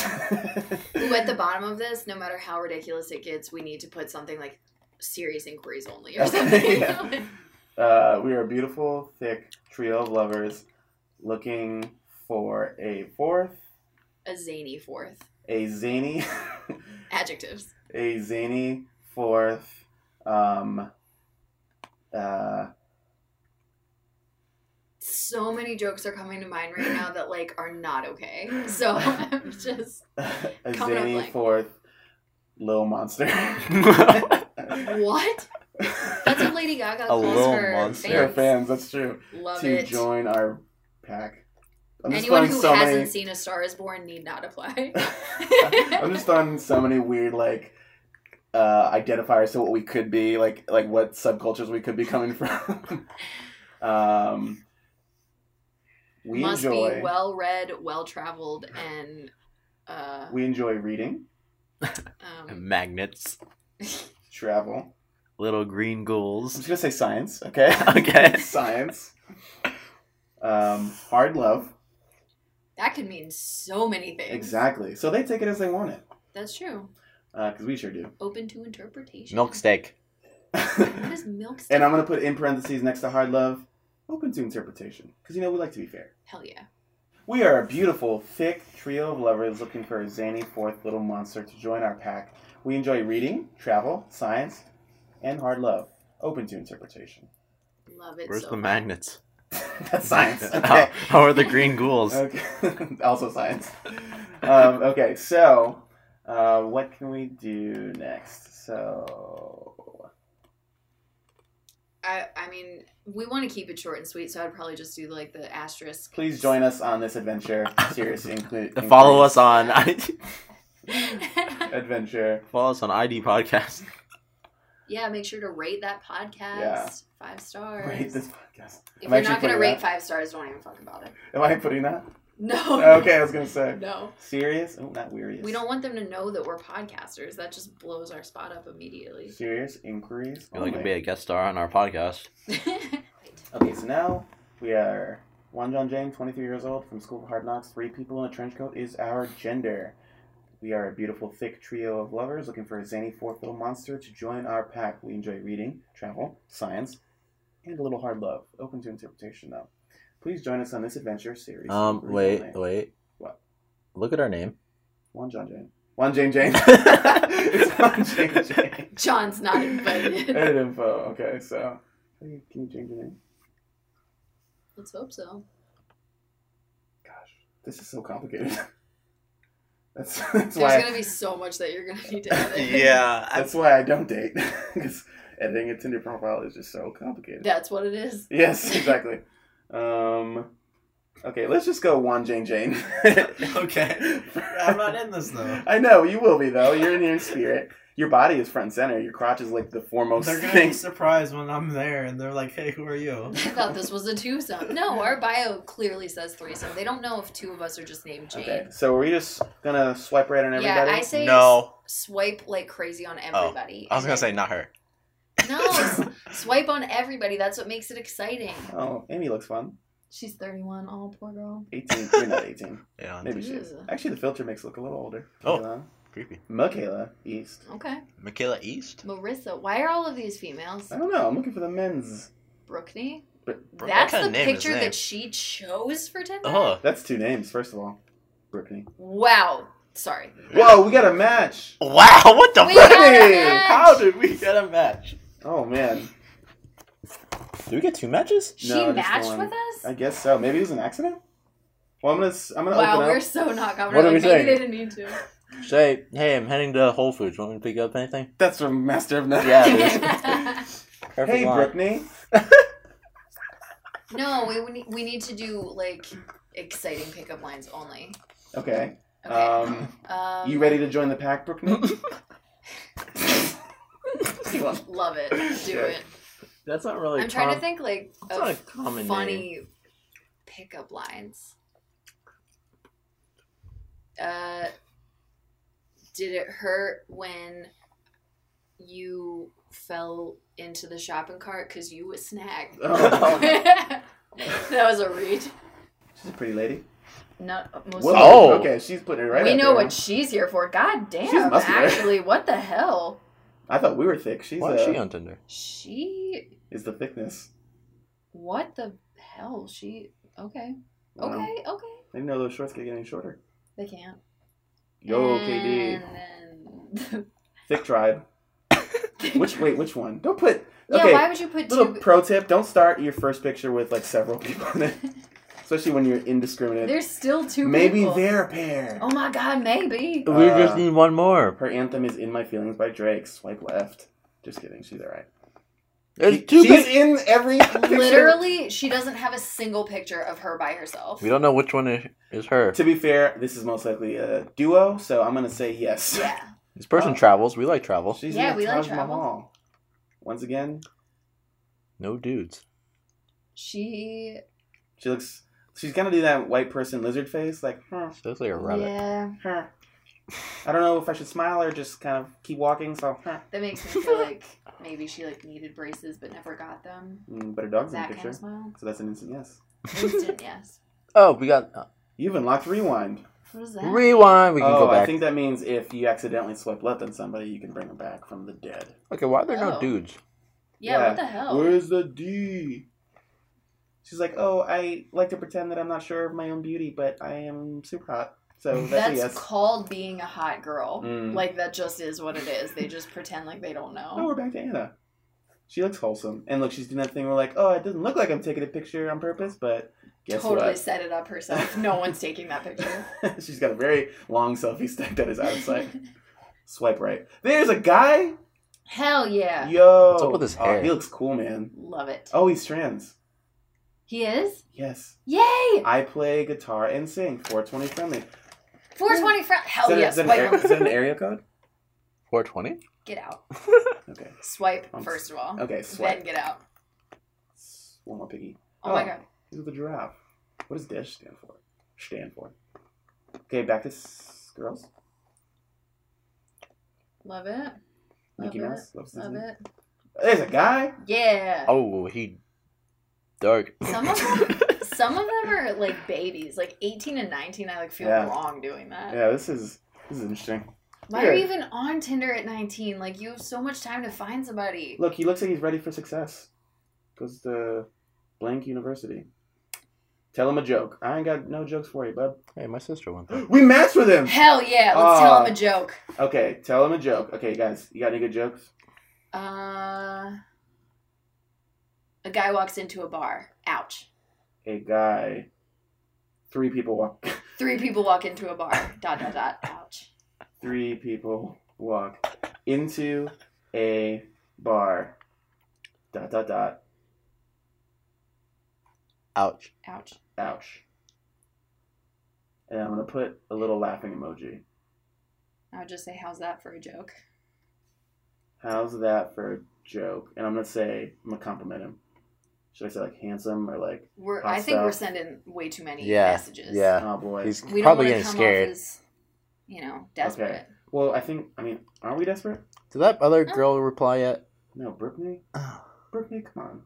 [SPEAKER 1] Ooh, at the bottom of this, no matter how ridiculous it gets, we need to put something like serious inquiries only or
[SPEAKER 3] Okay,
[SPEAKER 1] something.
[SPEAKER 3] yeah. *laughs* Uh, we are a beautiful, thick trio of lovers looking for a fourth,
[SPEAKER 1] a zany fourth.
[SPEAKER 3] a zany, *laughs*
[SPEAKER 1] Adjectives.
[SPEAKER 3] a zany fourth, um, uh, *laughs*
[SPEAKER 1] So many jokes are coming to mind right now that like are not okay. So I'm just
[SPEAKER 3] a
[SPEAKER 1] Coming up
[SPEAKER 3] zany
[SPEAKER 1] blank.
[SPEAKER 3] fourth, little monster. *laughs*
[SPEAKER 1] what? That's what Lady Gaga calls
[SPEAKER 2] little
[SPEAKER 1] her
[SPEAKER 2] monster.
[SPEAKER 3] They're
[SPEAKER 1] fans.
[SPEAKER 3] fans. That's true.
[SPEAKER 1] Love
[SPEAKER 3] to
[SPEAKER 1] it.
[SPEAKER 3] join our pack. I'm just
[SPEAKER 1] Anyone
[SPEAKER 3] throwing
[SPEAKER 1] who
[SPEAKER 3] so
[SPEAKER 1] hasn't
[SPEAKER 3] many- *laughs*
[SPEAKER 1] seen A Star Is Born need not apply. *laughs*
[SPEAKER 3] I'm just on so many weird like uh, identifiers to what we could be, like like what subcultures we could be coming from. *laughs* um, we
[SPEAKER 1] Must
[SPEAKER 3] enjoy
[SPEAKER 1] be well read, well traveled, and uh,
[SPEAKER 3] we enjoy reading,
[SPEAKER 1] um,
[SPEAKER 2] *laughs* Magnets.
[SPEAKER 3] travel.
[SPEAKER 2] Little green
[SPEAKER 3] I'm *laughs*
[SPEAKER 2] ghouls.
[SPEAKER 3] just gonna say science, okay? *laughs*
[SPEAKER 2] Okay.
[SPEAKER 3] science. Um, hard love.
[SPEAKER 1] that could mean so many things.
[SPEAKER 3] Exactly. So they take it as they want it,
[SPEAKER 1] That's true.
[SPEAKER 3] because we sure do.
[SPEAKER 1] Open to interpretation.
[SPEAKER 2] Milksteak.
[SPEAKER 1] What is milk?
[SPEAKER 3] and I'm gonna put in parentheses next to hard love, open to interpretation, because you know we like to be fair.
[SPEAKER 1] Hell yeah.
[SPEAKER 3] We are a beautiful, thick trio of lovers looking for a zany fourth little monster to join our pack. We enjoy reading, travel, science, and hard love. Open to interpretation. *laughs*
[SPEAKER 1] Love it.
[SPEAKER 2] Where's
[SPEAKER 1] so
[SPEAKER 2] the
[SPEAKER 1] much.
[SPEAKER 2] magnets? *laughs*
[SPEAKER 3] That's science.
[SPEAKER 2] How,
[SPEAKER 3] Okay.
[SPEAKER 2] how are the green
[SPEAKER 3] *laughs*
[SPEAKER 2] ghouls?
[SPEAKER 3] okay. also science. Um, okay, so uh, what can we do next? So
[SPEAKER 1] I, I mean, we want to keep it short and sweet, so I'd probably just do like the asterisk.
[SPEAKER 3] please join us on this adventure. Seriously, include
[SPEAKER 2] Follow us on *laughs*
[SPEAKER 3] adventure.
[SPEAKER 2] follow us on ID podcast.
[SPEAKER 1] *laughs* yeah, make sure to rate that podcast
[SPEAKER 3] Yeah.
[SPEAKER 1] five stars.
[SPEAKER 3] Rate this podcast.
[SPEAKER 1] if
[SPEAKER 3] Am
[SPEAKER 1] you're
[SPEAKER 3] I actually
[SPEAKER 1] not gonna
[SPEAKER 3] putting
[SPEAKER 1] rate
[SPEAKER 3] that-
[SPEAKER 1] five stars, don't even fucking bother. *laughs*
[SPEAKER 3] Am I putting that?
[SPEAKER 1] No.
[SPEAKER 3] Okay, I was gonna say.
[SPEAKER 1] No.
[SPEAKER 3] Serious? Oh, not weary.
[SPEAKER 1] We don't want them to know that we're podcasters. That just blows our spot up immediately. *laughs*
[SPEAKER 3] serious inquiries.
[SPEAKER 2] You're like to
[SPEAKER 3] only.
[SPEAKER 2] be a guest star on our podcast.
[SPEAKER 3] Okay, so now we are Juan John James, 23 years old, from School of Hard Knocks. Three people in a trench coat is our gender. We are a beautiful, thick trio of lovers looking for a zany fourth little monster to join our pack. We enjoy reading, travel, science, and a little hard love. Open to interpretation, though. Please join us on this adventure series.
[SPEAKER 2] Um,
[SPEAKER 3] Inquiries
[SPEAKER 2] wait,
[SPEAKER 3] only.
[SPEAKER 2] wait.
[SPEAKER 3] What?
[SPEAKER 2] Look at our name.
[SPEAKER 3] Juan John James. Juan James *laughs* James. it's Juan James James.
[SPEAKER 1] John's not
[SPEAKER 4] *laughs*
[SPEAKER 3] *laughs*
[SPEAKER 1] invited.
[SPEAKER 3] Edit info. Okay, so can you, can you change your name?
[SPEAKER 1] Let's hope so.
[SPEAKER 3] Gosh, this is so complicated. *laughs* that's that's why.
[SPEAKER 1] There's gonna be so much that you're gonna need
[SPEAKER 4] *laughs*
[SPEAKER 1] to edit.
[SPEAKER 3] that's why I don't date *laughs* because editing a Tinder profile is just so complicated.
[SPEAKER 1] That's what it is. *laughs*
[SPEAKER 3] Yes, exactly. um, okay, let's just go Juan Jane Jane.
[SPEAKER 4] *laughs* okay. I'm
[SPEAKER 3] *laughs*
[SPEAKER 4] not in this though.
[SPEAKER 3] I know you will be though. You're in your spirit. Your body is front and center. Your crotch is like the foremost
[SPEAKER 4] They're gonna be
[SPEAKER 3] thing.
[SPEAKER 4] surprised when I'm there and they're like, hey, who are you?
[SPEAKER 1] I thought this was a twosome. No, our bio clearly says threesome. They don't know if two of us are just named Jane.
[SPEAKER 3] Okay, so are we just gonna swipe right on
[SPEAKER 1] Yeah,
[SPEAKER 3] everybody?
[SPEAKER 1] I say
[SPEAKER 4] No. Oh,
[SPEAKER 1] s- swipe like crazy on everybody.
[SPEAKER 4] I was gonna
[SPEAKER 1] and
[SPEAKER 4] say not her.
[SPEAKER 1] then- no, s- swipe on everybody. That's what makes it exciting.
[SPEAKER 3] Oh, Amy looks fun.
[SPEAKER 1] She's 31. Oh, poor girl.
[SPEAKER 3] 18. You're not
[SPEAKER 2] *laughs*
[SPEAKER 3] 18.
[SPEAKER 4] Yeah.
[SPEAKER 3] Maybe she is.
[SPEAKER 1] Ew.
[SPEAKER 3] Actually, the filter makes her look a little older.
[SPEAKER 4] Oh.
[SPEAKER 3] Michaela-
[SPEAKER 4] Creepy.
[SPEAKER 3] Michaela East.
[SPEAKER 1] Okay,
[SPEAKER 4] Michaela East?
[SPEAKER 1] Marissa. Why are all of these females?
[SPEAKER 3] I don't know. I'm looking for the men's.
[SPEAKER 1] Brookney.
[SPEAKER 3] But
[SPEAKER 4] Bro-
[SPEAKER 1] That's
[SPEAKER 4] what kinda
[SPEAKER 1] the
[SPEAKER 4] name is
[SPEAKER 1] picture
[SPEAKER 4] that?
[SPEAKER 1] that she chose for Tinder.
[SPEAKER 4] Oh.
[SPEAKER 3] that's two names, first of all. Brittany.
[SPEAKER 1] Wow.
[SPEAKER 4] *laughs*
[SPEAKER 1] Sorry.
[SPEAKER 3] Whoa, we got a match.
[SPEAKER 4] Wow, what the
[SPEAKER 1] We
[SPEAKER 4] fuck?
[SPEAKER 1] got a
[SPEAKER 3] Brittany!
[SPEAKER 1] match!
[SPEAKER 4] How did *laughs* we get a match?
[SPEAKER 3] Oh man.
[SPEAKER 2] Do we get two matches?
[SPEAKER 1] She
[SPEAKER 3] No, just the
[SPEAKER 1] matched
[SPEAKER 3] one.
[SPEAKER 1] with us.
[SPEAKER 3] I guess so. Maybe it was an accident. Well, I'm gonna. s- I'm gonna
[SPEAKER 1] wow,
[SPEAKER 3] open
[SPEAKER 1] we're
[SPEAKER 3] up.
[SPEAKER 1] so not
[SPEAKER 3] What
[SPEAKER 1] confident.
[SPEAKER 3] do
[SPEAKER 1] Like,
[SPEAKER 3] we
[SPEAKER 1] maybe *laughs*
[SPEAKER 3] think?
[SPEAKER 1] they didn't need to.
[SPEAKER 4] *laughs*
[SPEAKER 2] Say, hey, I'm heading to Whole Foods. Want me to pick up anything?
[SPEAKER 3] That's from Master of None.
[SPEAKER 2] Yeah,
[SPEAKER 1] *laughs*
[SPEAKER 2] it Perfect
[SPEAKER 3] hey,
[SPEAKER 2] line.
[SPEAKER 3] Brittany.
[SPEAKER 1] no, we- we need- we need to do like exciting pickup lines only.
[SPEAKER 3] Okay.
[SPEAKER 1] Okay.
[SPEAKER 3] Um,
[SPEAKER 1] Um,
[SPEAKER 3] you ready to join the pack,
[SPEAKER 1] *laughs*
[SPEAKER 3] Brittany? *laughs*
[SPEAKER 1] Love it. Do
[SPEAKER 3] Okay.
[SPEAKER 1] it.
[SPEAKER 2] That's not really.
[SPEAKER 1] I'm trying
[SPEAKER 2] com-
[SPEAKER 1] to think like
[SPEAKER 2] That's not a
[SPEAKER 1] of
[SPEAKER 2] common name.
[SPEAKER 1] funny pickup lines. Uh, Did it hurt when you fell into the shopping cart because you was snagged?
[SPEAKER 3] *laughs* Oh.
[SPEAKER 1] *laughs* that was a read.
[SPEAKER 3] She's a pretty lady.
[SPEAKER 1] Not most.
[SPEAKER 3] Whoa,
[SPEAKER 1] of-
[SPEAKER 4] Oh.
[SPEAKER 3] okay, she's putting it right.
[SPEAKER 1] we
[SPEAKER 3] up
[SPEAKER 1] know
[SPEAKER 3] there.
[SPEAKER 1] what she's here for. God damn.
[SPEAKER 3] She's muscular.
[SPEAKER 1] actually, what the hell?
[SPEAKER 3] I thought we were thick. She's
[SPEAKER 2] Why
[SPEAKER 3] uh,
[SPEAKER 2] is she on Tinder?
[SPEAKER 1] She.
[SPEAKER 3] is the thickness.
[SPEAKER 1] What the hell? She. Okay.
[SPEAKER 3] Wow.
[SPEAKER 1] Okay. Okay.
[SPEAKER 3] I didn't know those shorts could get any shorter.
[SPEAKER 1] They can't.
[SPEAKER 3] Yo,
[SPEAKER 1] Mm. and
[SPEAKER 3] KD,
[SPEAKER 1] then- *laughs*
[SPEAKER 3] thick tribe. Which wait, which one? Don't put.
[SPEAKER 1] yeah.
[SPEAKER 3] okay,
[SPEAKER 1] Why would you put
[SPEAKER 3] little
[SPEAKER 1] two?
[SPEAKER 3] pro tip: don't start your first picture with like several *laughs* people in it, especially when you're indiscriminate.
[SPEAKER 1] There's still two.
[SPEAKER 3] Maybe
[SPEAKER 1] people.
[SPEAKER 3] they're a pair.
[SPEAKER 1] Oh my god, maybe.
[SPEAKER 2] we just
[SPEAKER 3] Uh,
[SPEAKER 2] need one more.
[SPEAKER 3] Her anthem is "In My Feelings" by Drake. Swipe left. Just kidding. She's alright.
[SPEAKER 2] There's
[SPEAKER 3] She-
[SPEAKER 2] two
[SPEAKER 3] she's
[SPEAKER 2] pic-
[SPEAKER 3] in
[SPEAKER 1] *laughs*
[SPEAKER 3] every picture.
[SPEAKER 1] Literally, she doesn't have a single picture of her by herself.
[SPEAKER 2] We don't know which one is, is her.
[SPEAKER 3] To be fair, this is most likely a duo, so I'm gonna say yes.
[SPEAKER 1] Yeah.
[SPEAKER 2] This person
[SPEAKER 4] uh,
[SPEAKER 3] Oh.
[SPEAKER 2] travels. We like travel.
[SPEAKER 3] *laughs* She's
[SPEAKER 1] Yeah,
[SPEAKER 3] in
[SPEAKER 1] we
[SPEAKER 3] the
[SPEAKER 1] like
[SPEAKER 3] Taj
[SPEAKER 1] travel.
[SPEAKER 3] Mahal. Once again,
[SPEAKER 2] No dudes.
[SPEAKER 1] She.
[SPEAKER 3] she looks. She's gonna do that white person lizard face, like, huh,
[SPEAKER 2] She looks like a rabbit.
[SPEAKER 1] Yeah.
[SPEAKER 3] huh. I don't know if I should smile or just kind of keep walking. So, huh.
[SPEAKER 1] That makes me feel like maybe she like needed braces but never got them.
[SPEAKER 3] Mm, but her dog's in the
[SPEAKER 1] That kind
[SPEAKER 3] picture,
[SPEAKER 1] of smile.
[SPEAKER 3] so that's an instant yes. *laughs*
[SPEAKER 1] Instant yes.
[SPEAKER 2] Oh, we got uh,
[SPEAKER 3] You've unlocked rewind.
[SPEAKER 1] What is that?
[SPEAKER 2] rewind. We can
[SPEAKER 3] oh,
[SPEAKER 2] go back.
[SPEAKER 3] I think that means if you accidentally swipe left on somebody, you can bring them back from the dead.
[SPEAKER 2] Okay, why are there no
[SPEAKER 1] Oh.
[SPEAKER 2] dudes?
[SPEAKER 1] yeah,
[SPEAKER 3] yeah.
[SPEAKER 1] What the hell?
[SPEAKER 3] Where's the D? She's like, oh, I like to pretend that I'm not sure of my own beauty, but I am super hot. So that's,
[SPEAKER 1] That's
[SPEAKER 3] a yes.
[SPEAKER 1] called being a hot girl.
[SPEAKER 3] Mm.
[SPEAKER 1] Like that just is what it is. They just pretend like they don't
[SPEAKER 3] Oh,
[SPEAKER 1] know.
[SPEAKER 3] we're back to Anna. She looks wholesome. And look, she's doing that thing where, like, oh, it doesn't look like I'm taking a picture on purpose, but guess
[SPEAKER 1] totally set it up herself. No one's taking that picture.
[SPEAKER 3] what? she's got a very long selfie stick *laughs* that
[SPEAKER 1] *laughs*
[SPEAKER 3] is out of sight. Swipe right. There's a guy?
[SPEAKER 1] Hell yeah.
[SPEAKER 3] Yo.
[SPEAKER 2] What's up with his
[SPEAKER 3] Oh,
[SPEAKER 2] hair?
[SPEAKER 3] he looks cool, man.
[SPEAKER 1] Love it.
[SPEAKER 3] Oh, he's trans.
[SPEAKER 1] He is?
[SPEAKER 3] Yes.
[SPEAKER 1] Yay!
[SPEAKER 3] I play guitar and sing. 420 friendly.
[SPEAKER 1] 420 front. Hell
[SPEAKER 3] is, that,
[SPEAKER 1] yes.
[SPEAKER 3] is, that an
[SPEAKER 1] Swipe
[SPEAKER 3] area,
[SPEAKER 1] them.
[SPEAKER 3] is that
[SPEAKER 2] *laughs*
[SPEAKER 3] an area code?
[SPEAKER 2] 420?
[SPEAKER 1] Get out.
[SPEAKER 3] Okay.
[SPEAKER 1] Swipe
[SPEAKER 3] Um,
[SPEAKER 1] first of all.
[SPEAKER 3] Okay,
[SPEAKER 1] Then
[SPEAKER 3] swipe.
[SPEAKER 1] get out.
[SPEAKER 3] One more piggy.
[SPEAKER 1] Oh, my
[SPEAKER 3] Oh.
[SPEAKER 1] god.
[SPEAKER 3] He's with a giraffe. What does Dish stand for? Stand for. Okay, back to s- girls.
[SPEAKER 1] Love it.
[SPEAKER 3] Mickey
[SPEAKER 1] Love
[SPEAKER 3] Mouse loves
[SPEAKER 1] Love
[SPEAKER 3] Disney.
[SPEAKER 1] it.
[SPEAKER 3] There's a guy.
[SPEAKER 1] Yeah.
[SPEAKER 2] Oh, he dark.
[SPEAKER 1] Some
[SPEAKER 2] *laughs*
[SPEAKER 1] of them *laughs* some of them are like babies. Like 18 and 19 I like feel
[SPEAKER 3] Yeah.
[SPEAKER 1] wrong doing that.
[SPEAKER 3] Yeah, this is this is interesting.
[SPEAKER 1] Why are you
[SPEAKER 3] Yeah.
[SPEAKER 1] even on Tinder at 19? Like you have so much time to find somebody.
[SPEAKER 3] Look, he looks like he's ready for success. Goes to blank university. Tell him a joke. I ain't got no jokes for you, bud.
[SPEAKER 2] hey, my sister went there.
[SPEAKER 3] *gasps* We matched
[SPEAKER 1] *laughs*
[SPEAKER 3] with him.
[SPEAKER 1] Hell yeah. Let's tell him
[SPEAKER 3] Aw.
[SPEAKER 1] a joke.
[SPEAKER 3] Okay, tell him a joke. Okay, guys, you got any good jokes?
[SPEAKER 1] Uh A guy walks into a bar. Ouch.
[SPEAKER 3] A guy. Three people walk. *laughs*
[SPEAKER 1] Three people walk into
[SPEAKER 2] *laughs*
[SPEAKER 1] a bar. Dot dot dot. Ouch.
[SPEAKER 3] Three people walk into a bar. Dot dot dot.
[SPEAKER 2] Ouch.
[SPEAKER 3] *gasps*
[SPEAKER 1] Ouch.
[SPEAKER 3] Ouch. And I'm gonna put a little laughing emoji.
[SPEAKER 1] I would just say how's that for a joke?
[SPEAKER 3] How's that for a joke? And I'm gonna say I'm gonna compliment him. Should I say like handsome or like
[SPEAKER 1] We're I
[SPEAKER 3] Hostile.
[SPEAKER 1] think we're sending way too many
[SPEAKER 2] Yeah.
[SPEAKER 1] messages.
[SPEAKER 2] Yeah.
[SPEAKER 3] oh boy?
[SPEAKER 2] He's
[SPEAKER 1] We don't
[SPEAKER 2] probably
[SPEAKER 1] wanna
[SPEAKER 2] getting
[SPEAKER 1] come off
[SPEAKER 2] scared.
[SPEAKER 1] as, you know, desperate.
[SPEAKER 3] Okay. Well, I think I mean aren't we desperate?
[SPEAKER 2] Did that other
[SPEAKER 1] Huh?
[SPEAKER 2] girl reply yet?
[SPEAKER 3] No, Brittany.
[SPEAKER 2] Oh,
[SPEAKER 3] Brittany, come on.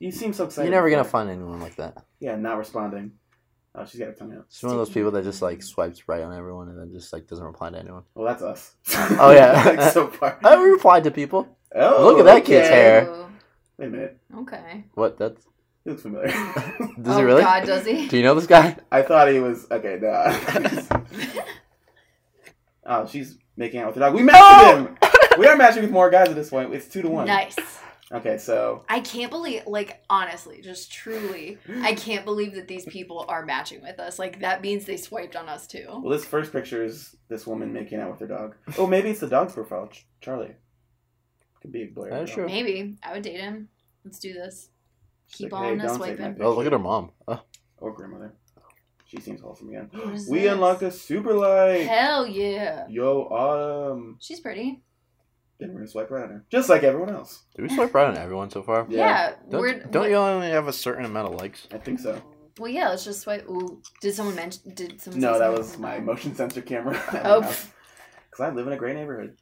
[SPEAKER 3] You seem so excited.
[SPEAKER 2] You're never gonna
[SPEAKER 3] for-
[SPEAKER 2] find anyone like that.
[SPEAKER 3] Yeah, not responding. Oh, she's got a tongue out.
[SPEAKER 2] She's one of those people that just like swipes right on everyone and then just like doesn't reply to
[SPEAKER 1] Mm-hmm.
[SPEAKER 2] anyone.
[SPEAKER 3] Well, that's us.
[SPEAKER 2] Oh, yeah.
[SPEAKER 3] *laughs* Like, so far.
[SPEAKER 2] I replied to people. *laughs*
[SPEAKER 3] Oh,
[SPEAKER 2] Look at that kid's
[SPEAKER 3] okay.
[SPEAKER 2] hair.
[SPEAKER 1] Ooh,
[SPEAKER 3] Wait a minute.
[SPEAKER 1] Okay.
[SPEAKER 2] What? That's
[SPEAKER 3] He looks familiar. *laughs*
[SPEAKER 2] does
[SPEAKER 1] oh
[SPEAKER 2] he really?
[SPEAKER 1] God, does he?
[SPEAKER 2] *laughs* Do you know this guy?
[SPEAKER 3] I thought he was okay.
[SPEAKER 2] *laughs*
[SPEAKER 3] Nah. oh, she's making out with the dog. We matched with him. We are matching with more guys at this point. It's two to one.
[SPEAKER 1] nice.
[SPEAKER 3] Okay, so
[SPEAKER 1] I can't believe, like, honestly, just truly, I can't believe that these people are matching with us. Like, that means they swiped on us too.
[SPEAKER 3] well, this first picture is this woman making out with her dog. Oh, maybe it's the dog's profile, Ch- Charlie. Could be a blur.
[SPEAKER 2] That's true.
[SPEAKER 1] Maybe I would date him. Let's do this. Keep
[SPEAKER 3] Like, hey,
[SPEAKER 1] on
[SPEAKER 3] don't take
[SPEAKER 1] swiping.
[SPEAKER 3] my
[SPEAKER 2] Oh, look at her mom. Oh,
[SPEAKER 3] Or grandmother. She seems wholesome again.
[SPEAKER 1] What is
[SPEAKER 3] We
[SPEAKER 1] this?
[SPEAKER 3] unlocked a super light.
[SPEAKER 1] Hell yeah,
[SPEAKER 3] Yo, Autumn.
[SPEAKER 1] she's pretty.
[SPEAKER 3] Then we're gonna swipe right on her, just like everyone else.
[SPEAKER 2] did we swipe right on everyone so far?
[SPEAKER 3] Yeah.
[SPEAKER 1] Yeah,
[SPEAKER 2] Don't,
[SPEAKER 1] we're
[SPEAKER 2] don't
[SPEAKER 1] we-
[SPEAKER 2] you only have a certain amount of likes?
[SPEAKER 3] I think so.
[SPEAKER 1] Well, yeah, let's just swipe. Ooh, did someone mention? Did someone?
[SPEAKER 3] No,
[SPEAKER 1] say
[SPEAKER 3] that
[SPEAKER 1] something?
[SPEAKER 3] was my motion sensor camera. *laughs*
[SPEAKER 1] Oh, pff.
[SPEAKER 3] Because I live in a great neighborhood.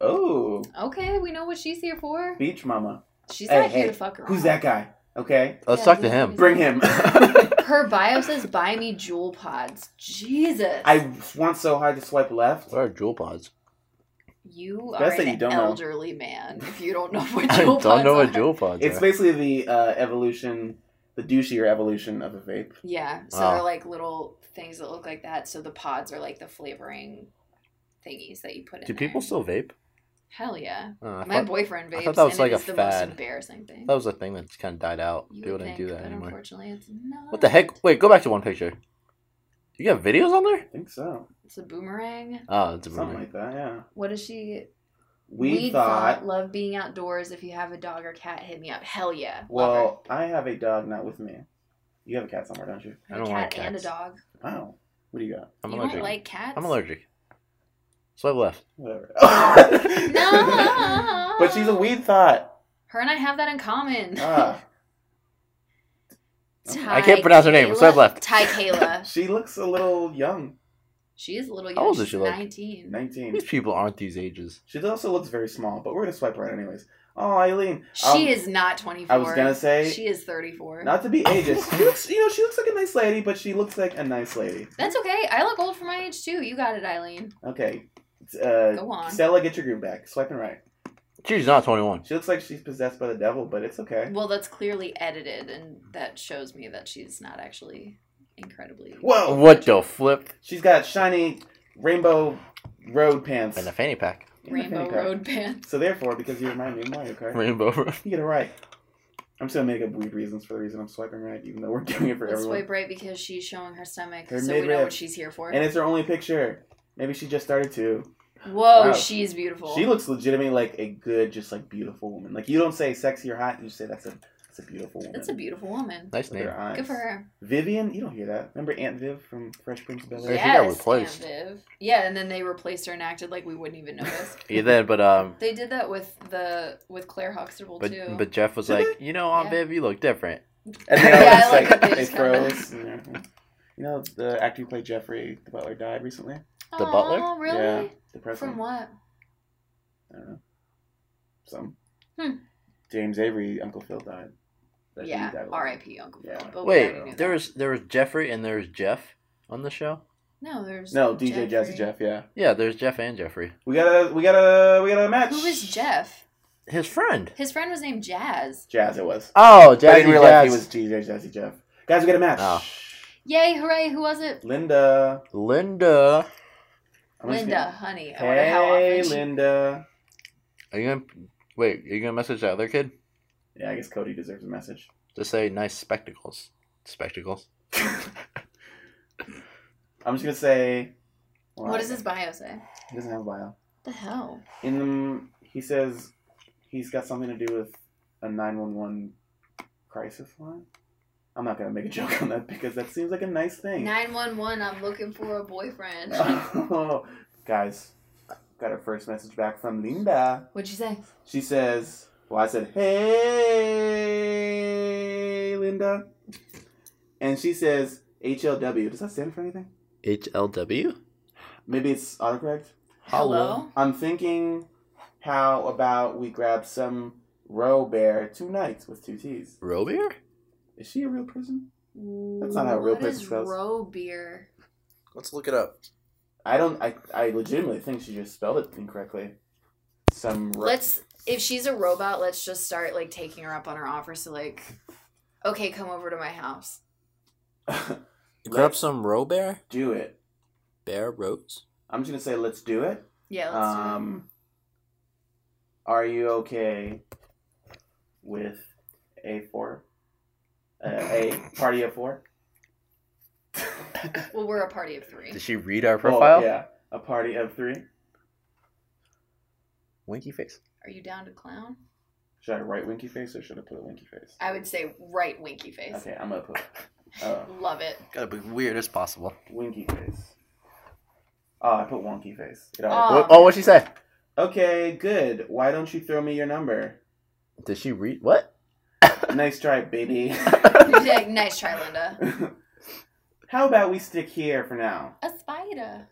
[SPEAKER 3] Oh,
[SPEAKER 1] Okay, we know what she's here for.
[SPEAKER 3] beach mama.
[SPEAKER 1] She's
[SPEAKER 3] Hey,
[SPEAKER 1] not here
[SPEAKER 3] hey,
[SPEAKER 1] to fuck around.
[SPEAKER 3] Who's that guy? Okay,
[SPEAKER 2] Let's
[SPEAKER 1] Yeah,
[SPEAKER 2] talk to
[SPEAKER 1] who-
[SPEAKER 2] him.
[SPEAKER 1] who's-
[SPEAKER 3] bring him. *laughs*
[SPEAKER 2] *laughs*
[SPEAKER 1] Her bio says, "Buy me jewel pods." Jesus.
[SPEAKER 3] I want so hard to swipe left.
[SPEAKER 2] What are jewel pods?
[SPEAKER 1] *laughs* You are
[SPEAKER 3] That's that
[SPEAKER 1] an
[SPEAKER 3] you don't know.
[SPEAKER 1] elderly man if you don't know what
[SPEAKER 2] *laughs* I
[SPEAKER 1] jewel pods
[SPEAKER 2] don't know
[SPEAKER 1] are.
[SPEAKER 2] what jewel pods
[SPEAKER 3] It's
[SPEAKER 2] are.
[SPEAKER 3] basically the uh, evolution, the douchier evolution of a vape.
[SPEAKER 1] Yeah, so
[SPEAKER 2] Wow.
[SPEAKER 1] they're like little things that look like that. So the pods are like the flavoring thingies that you put in.
[SPEAKER 2] Do
[SPEAKER 1] there.
[SPEAKER 2] people still vape?
[SPEAKER 1] Hell yeah!
[SPEAKER 2] Uh, I
[SPEAKER 1] My
[SPEAKER 2] thought,
[SPEAKER 1] boyfriend
[SPEAKER 2] I
[SPEAKER 1] vapes,
[SPEAKER 2] thought that was
[SPEAKER 1] and
[SPEAKER 2] like
[SPEAKER 1] it
[SPEAKER 2] a
[SPEAKER 1] is the
[SPEAKER 2] fad.
[SPEAKER 1] most embarrassing thing.
[SPEAKER 2] that was a thing that's kind of died out.
[SPEAKER 1] You
[SPEAKER 2] people
[SPEAKER 1] would
[SPEAKER 2] didn't
[SPEAKER 1] think,
[SPEAKER 2] do that
[SPEAKER 1] but
[SPEAKER 2] anymore.
[SPEAKER 1] Unfortunately, it's not.
[SPEAKER 2] What the heck? Wait, go back to one picture. You got videos on there?
[SPEAKER 3] I think so.
[SPEAKER 1] It's a boomerang.
[SPEAKER 2] Oh, it's a
[SPEAKER 3] Something
[SPEAKER 2] rumor.
[SPEAKER 3] like that, yeah.
[SPEAKER 1] What is she?
[SPEAKER 3] We
[SPEAKER 1] Weed
[SPEAKER 3] thought,
[SPEAKER 1] love being outdoors. If you have a dog or cat, hit me up. Hell yeah! Love
[SPEAKER 3] well, I have a dog not with me. You have a cat somewhere, don't you?
[SPEAKER 1] her.
[SPEAKER 2] I
[SPEAKER 1] I have a
[SPEAKER 2] don't like
[SPEAKER 1] cat and a
[SPEAKER 2] cats.
[SPEAKER 1] dog.
[SPEAKER 3] Wow. What do you got?
[SPEAKER 2] I'm
[SPEAKER 1] you
[SPEAKER 2] allergic.
[SPEAKER 1] don't like cats?
[SPEAKER 2] I'm allergic. Swipe left.
[SPEAKER 3] Whatever.
[SPEAKER 1] *laughs*
[SPEAKER 3] *laughs*
[SPEAKER 1] No.
[SPEAKER 3] but she's a weed thought.
[SPEAKER 1] Her and I have that in common. *laughs*
[SPEAKER 3] Ah,
[SPEAKER 2] I can't pronounce her name,
[SPEAKER 1] Kayla-
[SPEAKER 2] so I've left.
[SPEAKER 1] Ty Kayla.
[SPEAKER 3] she looks a little young.
[SPEAKER 1] She is a little young.
[SPEAKER 2] How old is
[SPEAKER 1] She's
[SPEAKER 2] she, like-
[SPEAKER 1] 19.
[SPEAKER 3] Nineteen.
[SPEAKER 2] These people aren't these ages.
[SPEAKER 3] She also looks very small, but we're gonna swipe right anyways. Oh, Eileen.
[SPEAKER 1] She
[SPEAKER 3] um,
[SPEAKER 1] is not 24.
[SPEAKER 3] I was gonna say
[SPEAKER 1] She is 34.
[SPEAKER 3] not to
[SPEAKER 1] *laughs*
[SPEAKER 3] be ageist. she looks, you know, she looks like a nice lady, but she looks like a nice lady.
[SPEAKER 1] That's okay. I look old for my age, too. You got it, Eileen.
[SPEAKER 3] Okay. Uh,
[SPEAKER 1] Go on.
[SPEAKER 3] Stella, get your groove back. Swiping right.
[SPEAKER 2] She's not 21.
[SPEAKER 3] She looks like she's possessed by the devil, but it's okay.
[SPEAKER 1] Well, that's clearly edited, and that shows me that she's not actually incredibly.
[SPEAKER 3] Whoa!
[SPEAKER 2] What the flip?
[SPEAKER 3] She's got shiny rainbow road pants.
[SPEAKER 2] And a fanny pack.
[SPEAKER 3] And a
[SPEAKER 1] Rainbow
[SPEAKER 3] fanny pack.
[SPEAKER 1] Road Band.
[SPEAKER 3] So therefore, because you remind me of Mario Kart,
[SPEAKER 2] Rainbow. *laughs* road.
[SPEAKER 3] you get it right. I'm just gonna make up weird reasons for the reason I'm swiping right, even though we're *laughs* doing it for
[SPEAKER 1] Let's
[SPEAKER 3] everyone.
[SPEAKER 1] swipe right because she's showing her stomach,
[SPEAKER 3] Her
[SPEAKER 1] so we know
[SPEAKER 3] midriff.
[SPEAKER 1] what she's here for.
[SPEAKER 3] And it's her only picture. Maybe she just started to.
[SPEAKER 1] Whoa,
[SPEAKER 3] Wow.
[SPEAKER 1] she's beautiful.
[SPEAKER 3] She looks legitimately like a good, just like beautiful woman. Like you don't say sexy or hot, you say that's a that's a beautiful woman.
[SPEAKER 1] That's a beautiful woman.
[SPEAKER 2] Nice
[SPEAKER 3] With
[SPEAKER 2] name.
[SPEAKER 3] her eyes.
[SPEAKER 1] Good for her.
[SPEAKER 3] Vivian, you don't hear that. Remember Aunt Viv from Fresh Prince of Bel Air?
[SPEAKER 2] Yeah. she
[SPEAKER 1] Yes,
[SPEAKER 2] got replaced.
[SPEAKER 1] Aunt Viv. Yeah, and then they replaced her and acted like we wouldn't even
[SPEAKER 3] *laughs*
[SPEAKER 1] notice.
[SPEAKER 2] Yeah, then, but um,
[SPEAKER 1] they did that with the with Claire Huxtable
[SPEAKER 2] but
[SPEAKER 1] too.
[SPEAKER 2] but Jeff was
[SPEAKER 3] Did
[SPEAKER 2] like,
[SPEAKER 1] *laughs*
[SPEAKER 2] you know, Aunt
[SPEAKER 1] Yeah.
[SPEAKER 2] Viv, you look different.
[SPEAKER 3] And then
[SPEAKER 2] Yeah,
[SPEAKER 3] yeah,
[SPEAKER 2] I
[SPEAKER 1] like
[SPEAKER 3] like,
[SPEAKER 1] that they
[SPEAKER 3] they
[SPEAKER 1] just kinda-
[SPEAKER 3] froze. and everything. You know the actor who played Jeffrey the Butler died recently.
[SPEAKER 2] the butler?
[SPEAKER 1] Aw,
[SPEAKER 3] Yeah,
[SPEAKER 1] Really?
[SPEAKER 3] depressing.
[SPEAKER 1] From what?
[SPEAKER 3] I don't know. Some.
[SPEAKER 1] Hmm.
[SPEAKER 3] James Avery, Uncle Phil died. That he
[SPEAKER 1] yeah.
[SPEAKER 3] died alone.
[SPEAKER 1] R.I.P. Uncle Phil.
[SPEAKER 3] Yeah.
[SPEAKER 1] But we already knew
[SPEAKER 2] Wait,
[SPEAKER 1] that.
[SPEAKER 2] there was there was Jeffrey and there was Jeff on the show.
[SPEAKER 1] no. There's
[SPEAKER 3] No, DJ
[SPEAKER 1] Jeffrey.
[SPEAKER 3] Jazzy Jeff. Yeah,
[SPEAKER 2] Yeah, there's Jeff and Jeffrey.
[SPEAKER 3] we got a we got a we got a match.
[SPEAKER 1] Who was Jeff?
[SPEAKER 2] His friend.
[SPEAKER 1] His friend was named Jazz.
[SPEAKER 3] Jazz. It was.
[SPEAKER 2] Oh,
[SPEAKER 3] I
[SPEAKER 2] Jazzy
[SPEAKER 3] didn't realize
[SPEAKER 2] Jazz.
[SPEAKER 3] he was DJ Jazzy Jeff. Guys, we got a match.
[SPEAKER 2] Oh.
[SPEAKER 1] Yay! Hooray! Who was it?
[SPEAKER 3] Linda.
[SPEAKER 2] Linda.
[SPEAKER 3] I'm just
[SPEAKER 1] Linda,
[SPEAKER 3] gonna-
[SPEAKER 1] honey. I wonder how
[SPEAKER 3] Hey,
[SPEAKER 1] often. she-
[SPEAKER 3] Linda.
[SPEAKER 2] Are you gonna wait? Are you gonna message that other kid?
[SPEAKER 3] Yeah, I guess Cody deserves a message.
[SPEAKER 2] Just say nice spectacles. Spectacles.
[SPEAKER 3] I'm just gonna say. well,
[SPEAKER 1] What does his bio say?
[SPEAKER 3] He doesn't have a bio.
[SPEAKER 1] The hell?
[SPEAKER 3] In the, he says he's got something to do with a 911 crisis line. I'm not gonna make a joke on that because that seems like a nice thing.
[SPEAKER 1] Nine one one. I'm looking for a boyfriend.
[SPEAKER 3] *laughs* Guys, got our first message back from Linda.
[SPEAKER 1] What'd you say?
[SPEAKER 3] She says, Well, I said, Hey, Linda. And she says, HLW. Does that stand for anything?
[SPEAKER 2] HLW.
[SPEAKER 3] Maybe it's autocorrect?
[SPEAKER 2] Hello?
[SPEAKER 3] I'm thinking, how about we grab some roe bear two nights with two T's?
[SPEAKER 2] Robier.
[SPEAKER 3] Is she a real person?
[SPEAKER 1] Hello.
[SPEAKER 3] That's not how real
[SPEAKER 1] What is
[SPEAKER 3] places spells.
[SPEAKER 1] roe beer?
[SPEAKER 2] Let's look it up.
[SPEAKER 3] I don't. I, I legitimately think she just spelled it incorrectly. Some. Ro-
[SPEAKER 1] let's if she's a robot let's just start like taking her up on her offer so like okay come over to my house
[SPEAKER 2] Grab some Robear.
[SPEAKER 3] *laughs* do it.
[SPEAKER 2] Bear Rose.
[SPEAKER 3] I'm just gonna say, let's do it.
[SPEAKER 1] yeah let's
[SPEAKER 3] Um, are you okay with a four? Uh, a party of *laughs* four?
[SPEAKER 1] do it well we're a party of three
[SPEAKER 2] Did she read our
[SPEAKER 3] Oh,
[SPEAKER 2] profile?
[SPEAKER 3] yeah, a party of three.
[SPEAKER 2] Winky face.
[SPEAKER 1] are you down to clown
[SPEAKER 3] Should I write winky face or should I put a winky face?
[SPEAKER 1] i would say right winky face
[SPEAKER 3] Okay, I'm gonna put uh,
[SPEAKER 1] love
[SPEAKER 3] *laughs*
[SPEAKER 1] it *laughs*
[SPEAKER 2] Gotta be weird as possible.
[SPEAKER 3] winky face. Oh, I put wonky face. It all-
[SPEAKER 1] Oh.
[SPEAKER 2] What, oh, what'd she say?
[SPEAKER 3] Okay, good. Why don't you throw me
[SPEAKER 1] *laughs*
[SPEAKER 3] your number?
[SPEAKER 2] Did she read what?
[SPEAKER 3] Nice try, baby. *laughs*
[SPEAKER 1] Yeah, nice try linda
[SPEAKER 3] How about we stick here for now?
[SPEAKER 1] a spider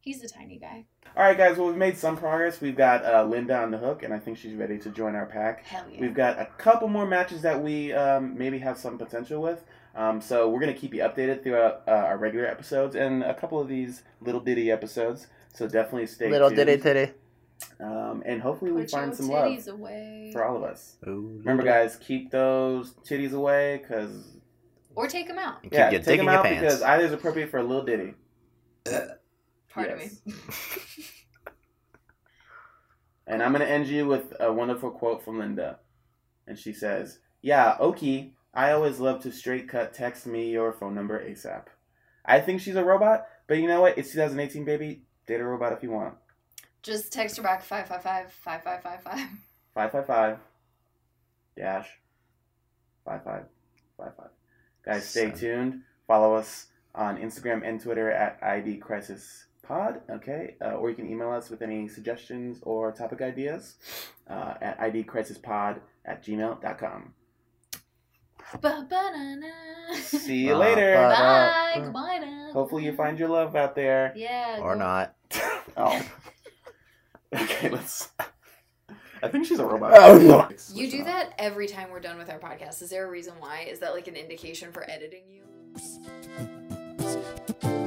[SPEAKER 1] He's the tiny guy.
[SPEAKER 3] All right, guys. Well, we've made some progress. We've got uh, Linda on the hook, and I think she's ready to join our pack.
[SPEAKER 1] Hell yeah.
[SPEAKER 3] We've got a couple more matches that we um, maybe have some potential with. Um, so we're going to keep you updated throughout uh, our regular episodes and a couple of these little ditty episodes. So definitely stay
[SPEAKER 4] Little
[SPEAKER 3] tuned.
[SPEAKER 4] diddy titty.
[SPEAKER 3] Um, and hopefully we
[SPEAKER 1] Put
[SPEAKER 3] find
[SPEAKER 1] your
[SPEAKER 3] some love
[SPEAKER 1] titties away.
[SPEAKER 3] for all of us.
[SPEAKER 4] Ooh,
[SPEAKER 3] Remember, guys, keep those titties away because
[SPEAKER 1] Or take them out.
[SPEAKER 2] And keep
[SPEAKER 3] yeah,
[SPEAKER 2] your
[SPEAKER 3] take
[SPEAKER 2] dick in
[SPEAKER 3] them
[SPEAKER 2] your
[SPEAKER 3] out
[SPEAKER 2] pants.
[SPEAKER 3] because either is appropriate for a little ditty.
[SPEAKER 1] Pardon
[SPEAKER 3] Yes.
[SPEAKER 1] me.
[SPEAKER 2] *laughs*
[SPEAKER 3] *laughs* And I'm going to end you with a wonderful quote from Linda. And she says, Yeah, Okie, I always love to straight cut text me your phone number ASAP. I think she's a robot, but you know what? It's 2018, baby. Date a robot if you want.
[SPEAKER 1] Just text her back 555 *laughs* 5555.
[SPEAKER 3] 555 dash 5555. Guys, stay
[SPEAKER 4] So-
[SPEAKER 3] tuned. Follow us on Instagram and Twitter at ID Crisis Pod, okay? Uh, or you can email us with any suggestions or topic ideas uh, at idcrisispod at gmail.com.
[SPEAKER 1] Ba-ba-na-na. *laughs*
[SPEAKER 3] See you
[SPEAKER 4] Uh,
[SPEAKER 3] later.
[SPEAKER 4] but-
[SPEAKER 1] Bye.
[SPEAKER 4] Uh,
[SPEAKER 1] Goodbye now.
[SPEAKER 3] Hopefully, you find your love out there.
[SPEAKER 1] Yeah.
[SPEAKER 4] Or
[SPEAKER 1] go-
[SPEAKER 4] not.
[SPEAKER 3] Oh. *laughs* okay,
[SPEAKER 1] *laughs*
[SPEAKER 3] let's. I think she's a robot.
[SPEAKER 4] Oh, no.
[SPEAKER 1] You do that every time we're done with our podcast. Is there a reason why? Is that like an indication for editing you?